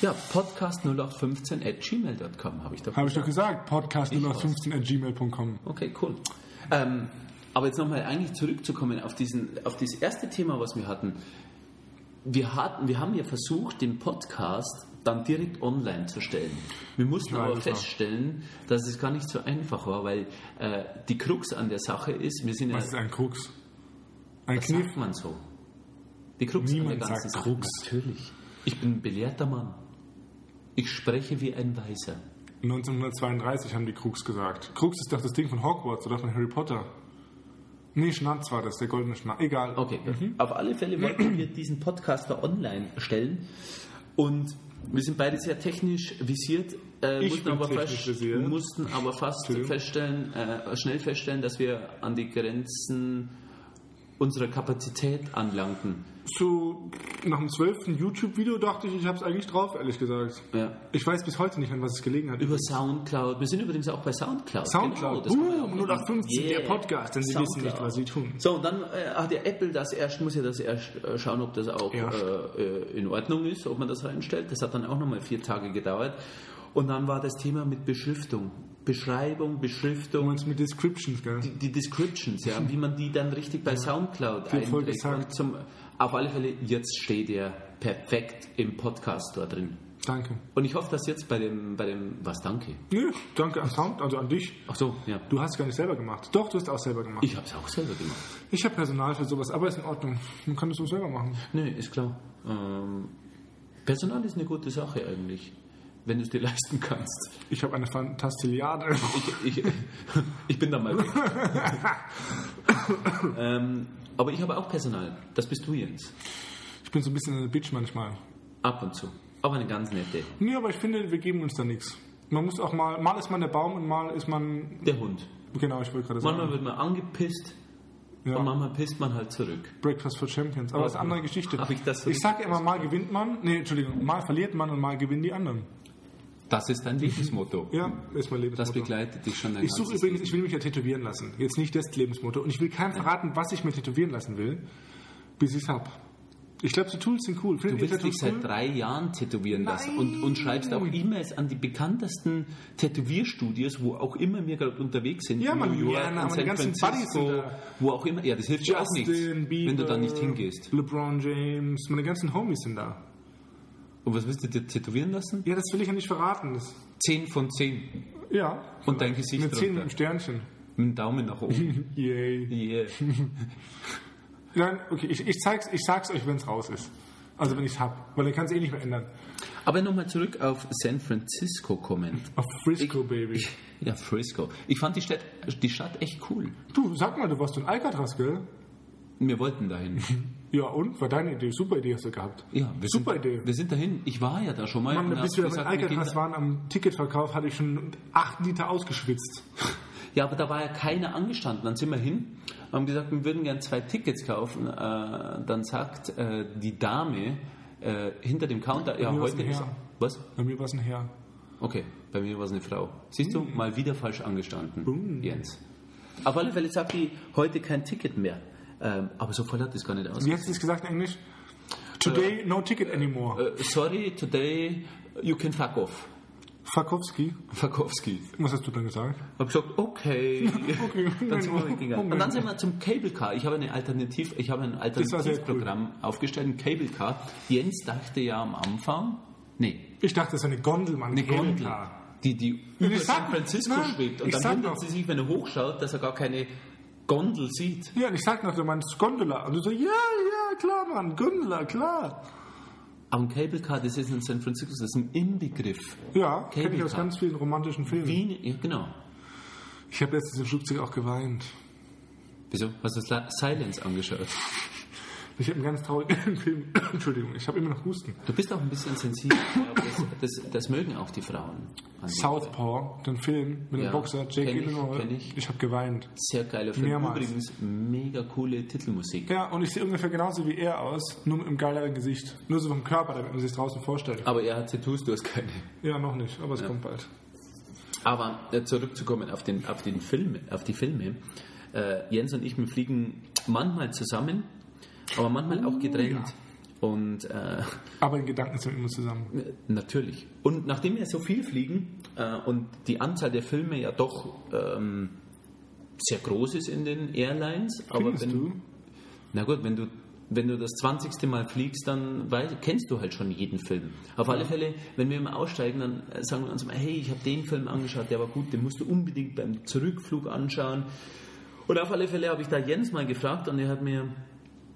[SPEAKER 1] Ja, podcast 0815 at gmail.com habe ich doch
[SPEAKER 2] Habe ich doch gesagt, podcast 0815 at gmail.com.
[SPEAKER 1] Okay, cool. Ähm, aber jetzt nochmal eigentlich zurückzukommen auf, diesen, auf das erste Thema, was wir hatten. Wir, hatten. wir haben ja versucht, den Podcast dann direkt online zu stellen. Wir mussten
[SPEAKER 2] Ja,
[SPEAKER 1] aber
[SPEAKER 2] das war-
[SPEAKER 1] feststellen, dass es gar nicht so einfach war, weil äh, die Krux an der Sache ist, wir sind ja,
[SPEAKER 2] Was ist ein Krux? Ein
[SPEAKER 1] das
[SPEAKER 2] Kniff?
[SPEAKER 1] sagt man so. Die Krux an
[SPEAKER 2] Niemand
[SPEAKER 1] der ganzen
[SPEAKER 2] sagt
[SPEAKER 1] Sache.
[SPEAKER 2] Krux.
[SPEAKER 1] Natürlich. Ich bin ein belehrter Mann. Ich spreche wie ein Weiser.
[SPEAKER 2] 1932 haben die Krux gesagt. Krux ist doch das Ding von Hogwarts oder von Harry Potter. Nee, Schnatz war das, der goldene Schnatz. Egal.
[SPEAKER 1] Okay,
[SPEAKER 2] Mhm.
[SPEAKER 1] auf alle Fälle wollten wir diesen Podcaster online stellen und wir sind beide sehr technisch visiert, äh,
[SPEAKER 2] Ich
[SPEAKER 1] mussten,
[SPEAKER 2] bin
[SPEAKER 1] aber
[SPEAKER 2] technisch
[SPEAKER 1] fast,
[SPEAKER 2] visiert.
[SPEAKER 1] mussten aber fast
[SPEAKER 2] Entschuldigung.
[SPEAKER 1] feststellen, äh, schnell feststellen, dass wir an die Grenzen unserer Kapazität anlangten.
[SPEAKER 2] So, nach dem 12. YouTube-Video dachte ich, ich hab's eigentlich drauf, ehrlich gesagt.
[SPEAKER 1] Ja.
[SPEAKER 2] Ich weiß bis heute nicht, an was es gelegen hat.
[SPEAKER 1] Über Soundcloud, wir sind übrigens auch bei Soundcloud. Genau,
[SPEAKER 2] Soundcloud. Uh.
[SPEAKER 1] das kann man auch
[SPEAKER 2] Boom, 0815,
[SPEAKER 1] machen.
[SPEAKER 2] der Podcast, denn sie wissen
[SPEAKER 1] Soundcloud.
[SPEAKER 2] nicht, was sie tun.
[SPEAKER 1] So, und dann äh, hat ja Apple das erst, muss ja das erst äh, schauen, ob das auch
[SPEAKER 2] Erst.
[SPEAKER 1] äh, äh, in Ordnung ist, ob man das reinstellt. Das hat dann auch nochmal vier Tage gedauert. Und dann war das Thema mit Beschriftung. Beschreibung,
[SPEAKER 2] Du
[SPEAKER 1] Beschriftung,
[SPEAKER 2] meinst mit Descriptions, gell?
[SPEAKER 1] die Descriptions, ja, wie man die dann richtig bei Soundcloud
[SPEAKER 2] Viel voll
[SPEAKER 1] einträgt.
[SPEAKER 2] gesagt.
[SPEAKER 1] Und zum, auf alle Fälle, jetzt steht er perfekt im Podcast dort drin.
[SPEAKER 2] Danke.
[SPEAKER 1] Und ich hoffe, dass jetzt bei dem, bei dem, was, danke.
[SPEAKER 2] Nö, danke an Sound, also an dich.
[SPEAKER 1] Ach so, ja.
[SPEAKER 2] Du hast gar nicht selber gemacht. Doch, du hast auch selber gemacht. Ich,
[SPEAKER 1] Ich habe es auch selber gemacht.
[SPEAKER 2] habe Personal für sowas, aber ist in Ordnung. Man kann das auch selber machen.
[SPEAKER 1] Nee, ist klar. Ähm, Personal ist eine gute Sache eigentlich, wenn du es dir leisten kannst.
[SPEAKER 2] Ich habe eine Fantastiliade.
[SPEAKER 1] Ich, ich, ich bin da mal weg. ähm, aber ich habe auch Personal. Das bist du, Jens.
[SPEAKER 2] Ich bin so ein bisschen eine Bitch manchmal.
[SPEAKER 1] Ab und zu. Aber eine ganz nette.
[SPEAKER 2] Nee, aber ich finde, wir geben uns da nichts. Man muss auch mal, mal ist man der Baum und mal ist man,
[SPEAKER 1] Der Hund.
[SPEAKER 2] genau, ich wollte gerade
[SPEAKER 1] Manchmal
[SPEAKER 2] sagen,
[SPEAKER 1] wird man angepisst und
[SPEAKER 2] ja,
[SPEAKER 1] manchmal pisst man halt zurück.
[SPEAKER 2] Breakfast for Champions. Aber das ist eine andere Geschichte.
[SPEAKER 1] Hab ich das so-
[SPEAKER 2] ich sage immer, mal gewinnt man, nee, Entschuldigung, mal verliert man und mal gewinnen die anderen.
[SPEAKER 1] Das ist dein Lebensmotto.
[SPEAKER 2] Ja, ist mein Lebensmotto.
[SPEAKER 1] Das begleitet dich schon dein
[SPEAKER 2] Ich suche
[SPEAKER 1] ganzes
[SPEAKER 2] übrigens, ich will mich ja tätowieren lassen. Jetzt nicht das Lebensmotto. Und ich will keinem verraten, was ich mir tätowieren lassen will, bis ich es habe. Ich glaube, so Tools sind cool.
[SPEAKER 1] Du
[SPEAKER 2] Findet ihr
[SPEAKER 1] willst dich halt
[SPEAKER 2] Tattoos
[SPEAKER 1] seit
[SPEAKER 2] cool?
[SPEAKER 1] drei Jahren tätowieren lassen und, und schreibst auch E-Mails an die bekanntesten Tätowierstudios, wo auch immer wir gerade unterwegs sind.
[SPEAKER 2] Ja,
[SPEAKER 1] in
[SPEAKER 2] Mann,
[SPEAKER 1] New York,
[SPEAKER 2] ja, na,
[SPEAKER 1] in
[SPEAKER 2] aber die
[SPEAKER 1] San
[SPEAKER 2] ganzen Buddies sind
[SPEAKER 1] Francisco,
[SPEAKER 2] da.
[SPEAKER 1] wo auch immer. Ja, das hilft dir auch nichts, wenn du da nicht hingehst.
[SPEAKER 2] LeBron James, meine ganzen Homies sind da.
[SPEAKER 1] Und was willst du dir tätowieren lassen?
[SPEAKER 2] Ja, das will ich ja nicht verraten. Das,
[SPEAKER 1] Zehn von zehn.
[SPEAKER 2] ja.
[SPEAKER 1] Und dein Gesicht
[SPEAKER 2] Eine 10 mit einem
[SPEAKER 1] drunter.
[SPEAKER 2] Sternchen.
[SPEAKER 1] Mit dem Daumen nach oben.
[SPEAKER 2] Yay.
[SPEAKER 1] yeah.
[SPEAKER 2] Nein, okay, ich, ich, zeig's, ich sag's euch, wenn's raus ist. Also, wenn ich's hab. Weil dann kann's eh nicht mehr ändern.
[SPEAKER 1] Aber nochmal zurück auf San Francisco kommen.
[SPEAKER 2] Auf Frisco, Baby.
[SPEAKER 1] Ja, Frisco. Ich fand die Stadt, die Stadt echt cool.
[SPEAKER 2] Du, sag mal, du warst in Alcatraz, gell?
[SPEAKER 1] Wir wollten dahin.
[SPEAKER 2] Ja, und? War deine Idee. Super Idee hast du gehabt.
[SPEAKER 1] Ja, genau. wir
[SPEAKER 2] Super
[SPEAKER 1] sind,
[SPEAKER 2] Idee.
[SPEAKER 1] Wir sind dahin. Ich war ja da schon mal.
[SPEAKER 2] Mann,
[SPEAKER 1] und
[SPEAKER 2] bis
[SPEAKER 1] hab
[SPEAKER 2] wir in
[SPEAKER 1] gesagt, wir gehen
[SPEAKER 2] Alcatraz
[SPEAKER 1] da-
[SPEAKER 2] waren am Ticketverkauf, hatte ich schon 8 Liter ausgeschwitzt.
[SPEAKER 1] Ja, aber da war ja keiner angestanden. Dann sind wir hin, haben gesagt, wir würden gern zwei Tickets kaufen. Äh, dann sagt äh, die Dame äh, hinter dem Counter, ja,
[SPEAKER 2] mir war's
[SPEAKER 1] heute
[SPEAKER 2] ein
[SPEAKER 1] ist.
[SPEAKER 2] Herr.
[SPEAKER 1] Was?
[SPEAKER 2] Bei mir war es ein Herr.
[SPEAKER 1] Okay, bei mir war es eine Frau. Siehst du,
[SPEAKER 2] Hm.
[SPEAKER 1] mal wieder falsch angestanden, Jens. Auf alle Fälle sagt die, heute kein Ticket mehr. Ähm, aber so voll hat das gar nicht aus.
[SPEAKER 2] Wie hast du es gesagt in Englisch? Today, no ticket anymore.
[SPEAKER 1] Äh, sorry, today you can fuck off.
[SPEAKER 2] Farkowski,
[SPEAKER 1] Farkowski.
[SPEAKER 2] was hast du dann gesagt?
[SPEAKER 1] Hab gesagt, okay.
[SPEAKER 2] Okay.
[SPEAKER 1] Dann sind wir weggegangen.
[SPEAKER 2] Moment.
[SPEAKER 1] Und dann sind wir zum Cable Car. Ich habe eine Alternativ, ich habe ein
[SPEAKER 2] war sehr cool.
[SPEAKER 1] Alternativprogramm aufgestellt, ein Cable Car. Jens dachte ja am Anfang, nee,
[SPEAKER 2] Ich dachte, das ist eine Gondel, Mann.
[SPEAKER 1] eine Gondel,
[SPEAKER 2] Klar.
[SPEAKER 1] die, die
[SPEAKER 2] Und
[SPEAKER 1] über
[SPEAKER 2] ich sag-
[SPEAKER 1] San Francisco
[SPEAKER 2] Nein,
[SPEAKER 1] schwebt.
[SPEAKER 2] ich
[SPEAKER 1] Und dann
[SPEAKER 2] sag
[SPEAKER 1] wundert
[SPEAKER 2] doch-
[SPEAKER 1] sie sich, wenn er hochschaut, dass er gar keine Gondel sieht.
[SPEAKER 2] Ja, und ich sag noch, du meinst Gondola. Und du so, ja, ja, klar, Mann, Gondola, klar.
[SPEAKER 1] Am Cable Car, das ist in San Francisco, das ist ein Inbegriff.
[SPEAKER 2] Ja, kenne ich
[SPEAKER 1] Cable
[SPEAKER 2] aus
[SPEAKER 1] Car.
[SPEAKER 2] ganz vielen romantischen Filmen.
[SPEAKER 1] Wien, ja, genau.
[SPEAKER 2] Ich habe letztens im Flugzeug auch geweint.
[SPEAKER 1] Wieso? Hast du Sla- Silence angeschaut?
[SPEAKER 2] Ich habe einen ganz traurigen Film. Entschuldigung, ich habe immer noch Husten.
[SPEAKER 1] Du bist auch ein bisschen sensibel. Ich glaube, das, das, das mögen auch die Frauen. an dir.
[SPEAKER 2] Southpaw, den Film mit
[SPEAKER 1] Ja,
[SPEAKER 2] dem Boxer
[SPEAKER 1] kenn
[SPEAKER 2] Jake
[SPEAKER 1] ich,
[SPEAKER 2] Gyllenhaal.
[SPEAKER 1] kenn ich.
[SPEAKER 2] ich habe geweint.
[SPEAKER 1] Sehr geiler Film.
[SPEAKER 2] Mehrmals.
[SPEAKER 1] Übrigens, mega coole Titelmusik.
[SPEAKER 2] Ja, und ich sehe ungefähr genauso wie er aus, nur mit einem geileren Gesicht. Nur so vom Körper, damit man sich draußen vorstellt.
[SPEAKER 1] Aber er hat Tattoos, du hast keine.
[SPEAKER 2] Ja, noch nicht, aber es kommt bald.
[SPEAKER 1] Aber äh, zurückzukommen auf, den, auf, den Film, auf die Filme. Äh, Jens und ich, wir fliegen manchmal zusammen, aber manchmal auch getrennt. Und äh,
[SPEAKER 2] Aber in Gedanken sind wir immer zusammen.
[SPEAKER 1] Natürlich. Und nachdem wir so viel fliegen äh, und die Anzahl der Filme ja doch ähm, sehr groß ist in den Airlines, aber
[SPEAKER 2] Findest
[SPEAKER 1] wenn,
[SPEAKER 2] du?
[SPEAKER 1] na gut, wenn du wenn du das 20. Mal fliegst, dann weiß, kennst du halt schon jeden Film. Auf alle Fälle, wenn wir immer aussteigen, dann äh, sagen wir uns immer, hey, ich habe den Film angeschaut, der war gut, den musst du unbedingt beim Zurückflug anschauen. Und auf alle Fälle habe ich da Jens mal gefragt und er hat mir,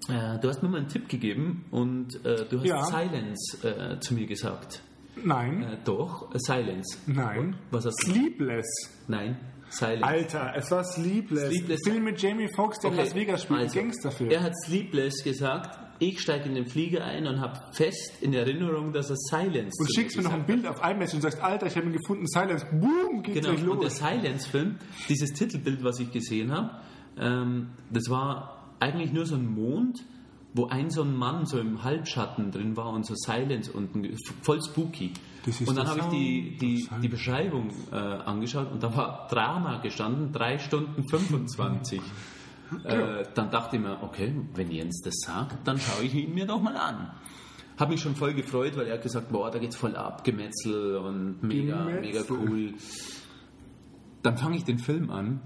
[SPEAKER 1] äh, du hast mir mal einen Tipp gegeben und äh, du hast
[SPEAKER 2] Ja.
[SPEAKER 1] Silence äh, zu mir gesagt.
[SPEAKER 2] Nein,
[SPEAKER 1] Äh, doch, äh, Silence.
[SPEAKER 2] nein.
[SPEAKER 1] Was hast du?
[SPEAKER 2] Sleepless.
[SPEAKER 1] Nein, Silence.
[SPEAKER 2] Alter, es war Sleepless.
[SPEAKER 1] Sleepless.
[SPEAKER 2] Film mit Jamie Foxx, der in Las Vegas spielt,
[SPEAKER 1] also,
[SPEAKER 2] Gangsterfilm.
[SPEAKER 1] Er hat Sleepless gesagt, ich steige in den Flieger ein und habe fest in Erinnerung, dass er Silence
[SPEAKER 2] und
[SPEAKER 1] zu
[SPEAKER 2] schickst mir noch ein
[SPEAKER 1] gesagt
[SPEAKER 2] Bild auf iMessage und sagst, Alter, ich habe ihn gefunden, Silence, boom, geht's
[SPEAKER 1] hat.
[SPEAKER 2] gleich
[SPEAKER 1] Genau, und der
[SPEAKER 2] los.
[SPEAKER 1] Silence-Film, dieses Titelbild, was ich gesehen habe, ähm, das war eigentlich nur so ein Mond, wo ein so ein Mann so im Halbschatten drin war und so Silence unten, ge- voll spooky.
[SPEAKER 2] Das ist
[SPEAKER 1] Und dann
[SPEAKER 2] der
[SPEAKER 1] habe ich die,
[SPEAKER 2] Sound
[SPEAKER 1] die,
[SPEAKER 2] of Silence.
[SPEAKER 1] die Beschreibung äh, angeschaut und da war Drama gestanden, 3 Stunden 25. Äh, dann dachte ich mir, okay, wenn Jens das sagt, dann schaue ich ihn mir doch mal an. Habe mich schon voll gefreut, weil er hat gesagt, boah, da geht's voll ab, Gemetzel und mega, mega
[SPEAKER 2] Gemetzel.
[SPEAKER 1] cool. Dann fange ich den Film an,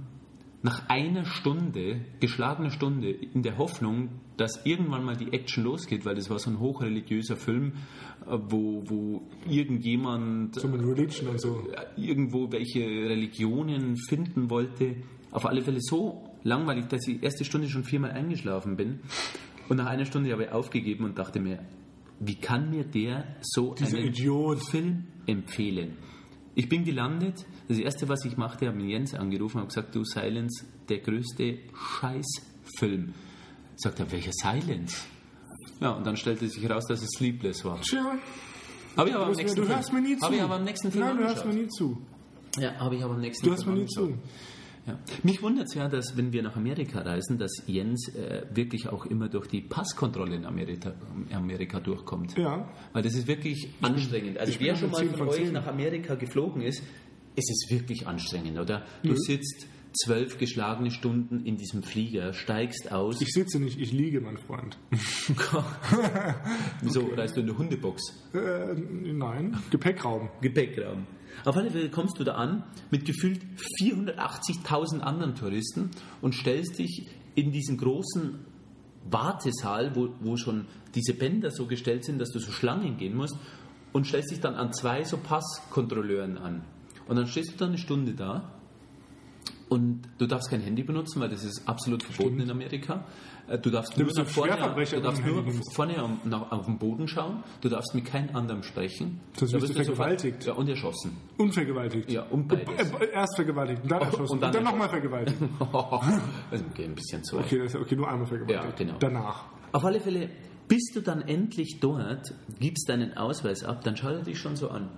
[SPEAKER 1] nach einer Stunde, geschlagene Stunde, in der Hoffnung, dass irgendwann mal die Action losgeht, weil das war so ein hochreligiöser Film, äh, wo, wo irgendjemand
[SPEAKER 2] So mit Religion und so.
[SPEAKER 1] irgendwo welche Religionen finden wollte. Auf alle Fälle so langweilig, dass ich die erste Stunde schon viermal eingeschlafen bin. Und nach einer Stunde habe ich aufgegeben und dachte mir, wie kann mir der so
[SPEAKER 2] Dieser
[SPEAKER 1] einen
[SPEAKER 2] Idiot.
[SPEAKER 1] Film empfehlen? Ich bin gelandet. Das erste, was ich machte, habe Jens angerufen und habe gesagt, du Silence, der größte Scheißfilm. Sagt er, welcher Silence? Ja, und dann stellte sich heraus, dass es Sleepless war.
[SPEAKER 2] Tja,
[SPEAKER 1] Habe ich aber am
[SPEAKER 2] du,
[SPEAKER 1] nächsten
[SPEAKER 2] du hörst mir
[SPEAKER 1] Film.
[SPEAKER 2] nie zu.
[SPEAKER 1] Habe ich aber am nächsten Film
[SPEAKER 2] Nein, du hörst
[SPEAKER 1] angeschaut.
[SPEAKER 2] mir nie zu.
[SPEAKER 1] Ja, habe ich aber am nächsten
[SPEAKER 2] Du hörst mir nie
[SPEAKER 1] angeschaut.
[SPEAKER 2] zu.
[SPEAKER 1] Ja. Mich wundert es ja, dass wenn wir nach Amerika reisen, dass Jens äh, wirklich auch immer durch die Passkontrolle in Amerika, äh, Amerika durchkommt.
[SPEAKER 2] Ja,
[SPEAKER 1] Weil das ist wirklich anstrengend. Also
[SPEAKER 2] ich bin
[SPEAKER 1] wer schon
[SPEAKER 2] schon
[SPEAKER 1] mal
[SPEAKER 2] 10
[SPEAKER 1] von,
[SPEAKER 2] von
[SPEAKER 1] euch
[SPEAKER 2] 10.
[SPEAKER 1] nach Amerika geflogen ist, ist es wirklich anstrengend, oder? Du
[SPEAKER 2] Mhm.
[SPEAKER 1] sitzt zwölf geschlagene Stunden in diesem Flieger, steigst aus.
[SPEAKER 2] ich sitze nicht, ich liege, mein Freund.
[SPEAKER 1] Wieso reist du in der Hundebox?
[SPEAKER 2] Äh, nein, Gepäckraum.
[SPEAKER 1] Gepäckraum. Auf alle Fälle kommst du da an mit gefühlt 480.000 anderen Touristen und stellst dich in diesen großen Wartesaal, wo, wo schon diese Bänder so gestellt sind, dass du so Schlangen gehen musst und stellst dich dann an zwei so Passkontrolleuren an. Und dann stehst du da eine Stunde da und du darfst kein Handy benutzen, weil das ist absolut verboten in Amerika. Äh, Du darfst nur
[SPEAKER 2] bist
[SPEAKER 1] nach
[SPEAKER 2] ein
[SPEAKER 1] vorne,
[SPEAKER 2] Schwerverbrecher,
[SPEAKER 1] du darfst
[SPEAKER 2] wenn du ein
[SPEAKER 1] nur
[SPEAKER 2] Handy benutzt.
[SPEAKER 1] vorne am, nach, auf den Boden schauen, du darfst mit keinem anderen sprechen. Da
[SPEAKER 2] Sonst wirst
[SPEAKER 1] wirst
[SPEAKER 2] du
[SPEAKER 1] sofort-
[SPEAKER 2] vergewaltigt.
[SPEAKER 1] Ja, und erschossen.
[SPEAKER 2] Unvergewaltigt.
[SPEAKER 1] Ja, und beides.
[SPEAKER 2] Äh, Erst vergewaltigt, dann erschossen und
[SPEAKER 1] dann
[SPEAKER 2] dann,
[SPEAKER 1] erschossen.
[SPEAKER 2] nochmal vergewaltigt.
[SPEAKER 1] also, okay, ein bisschen zu weit.
[SPEAKER 2] Okay, das ist okay, nur einmal vergewaltigt.
[SPEAKER 1] Ja, genau.
[SPEAKER 2] Danach.
[SPEAKER 1] Auf alle Fälle, bist du dann endlich dort, gibst deinen Ausweis ab, dann schaut er dich schon so an.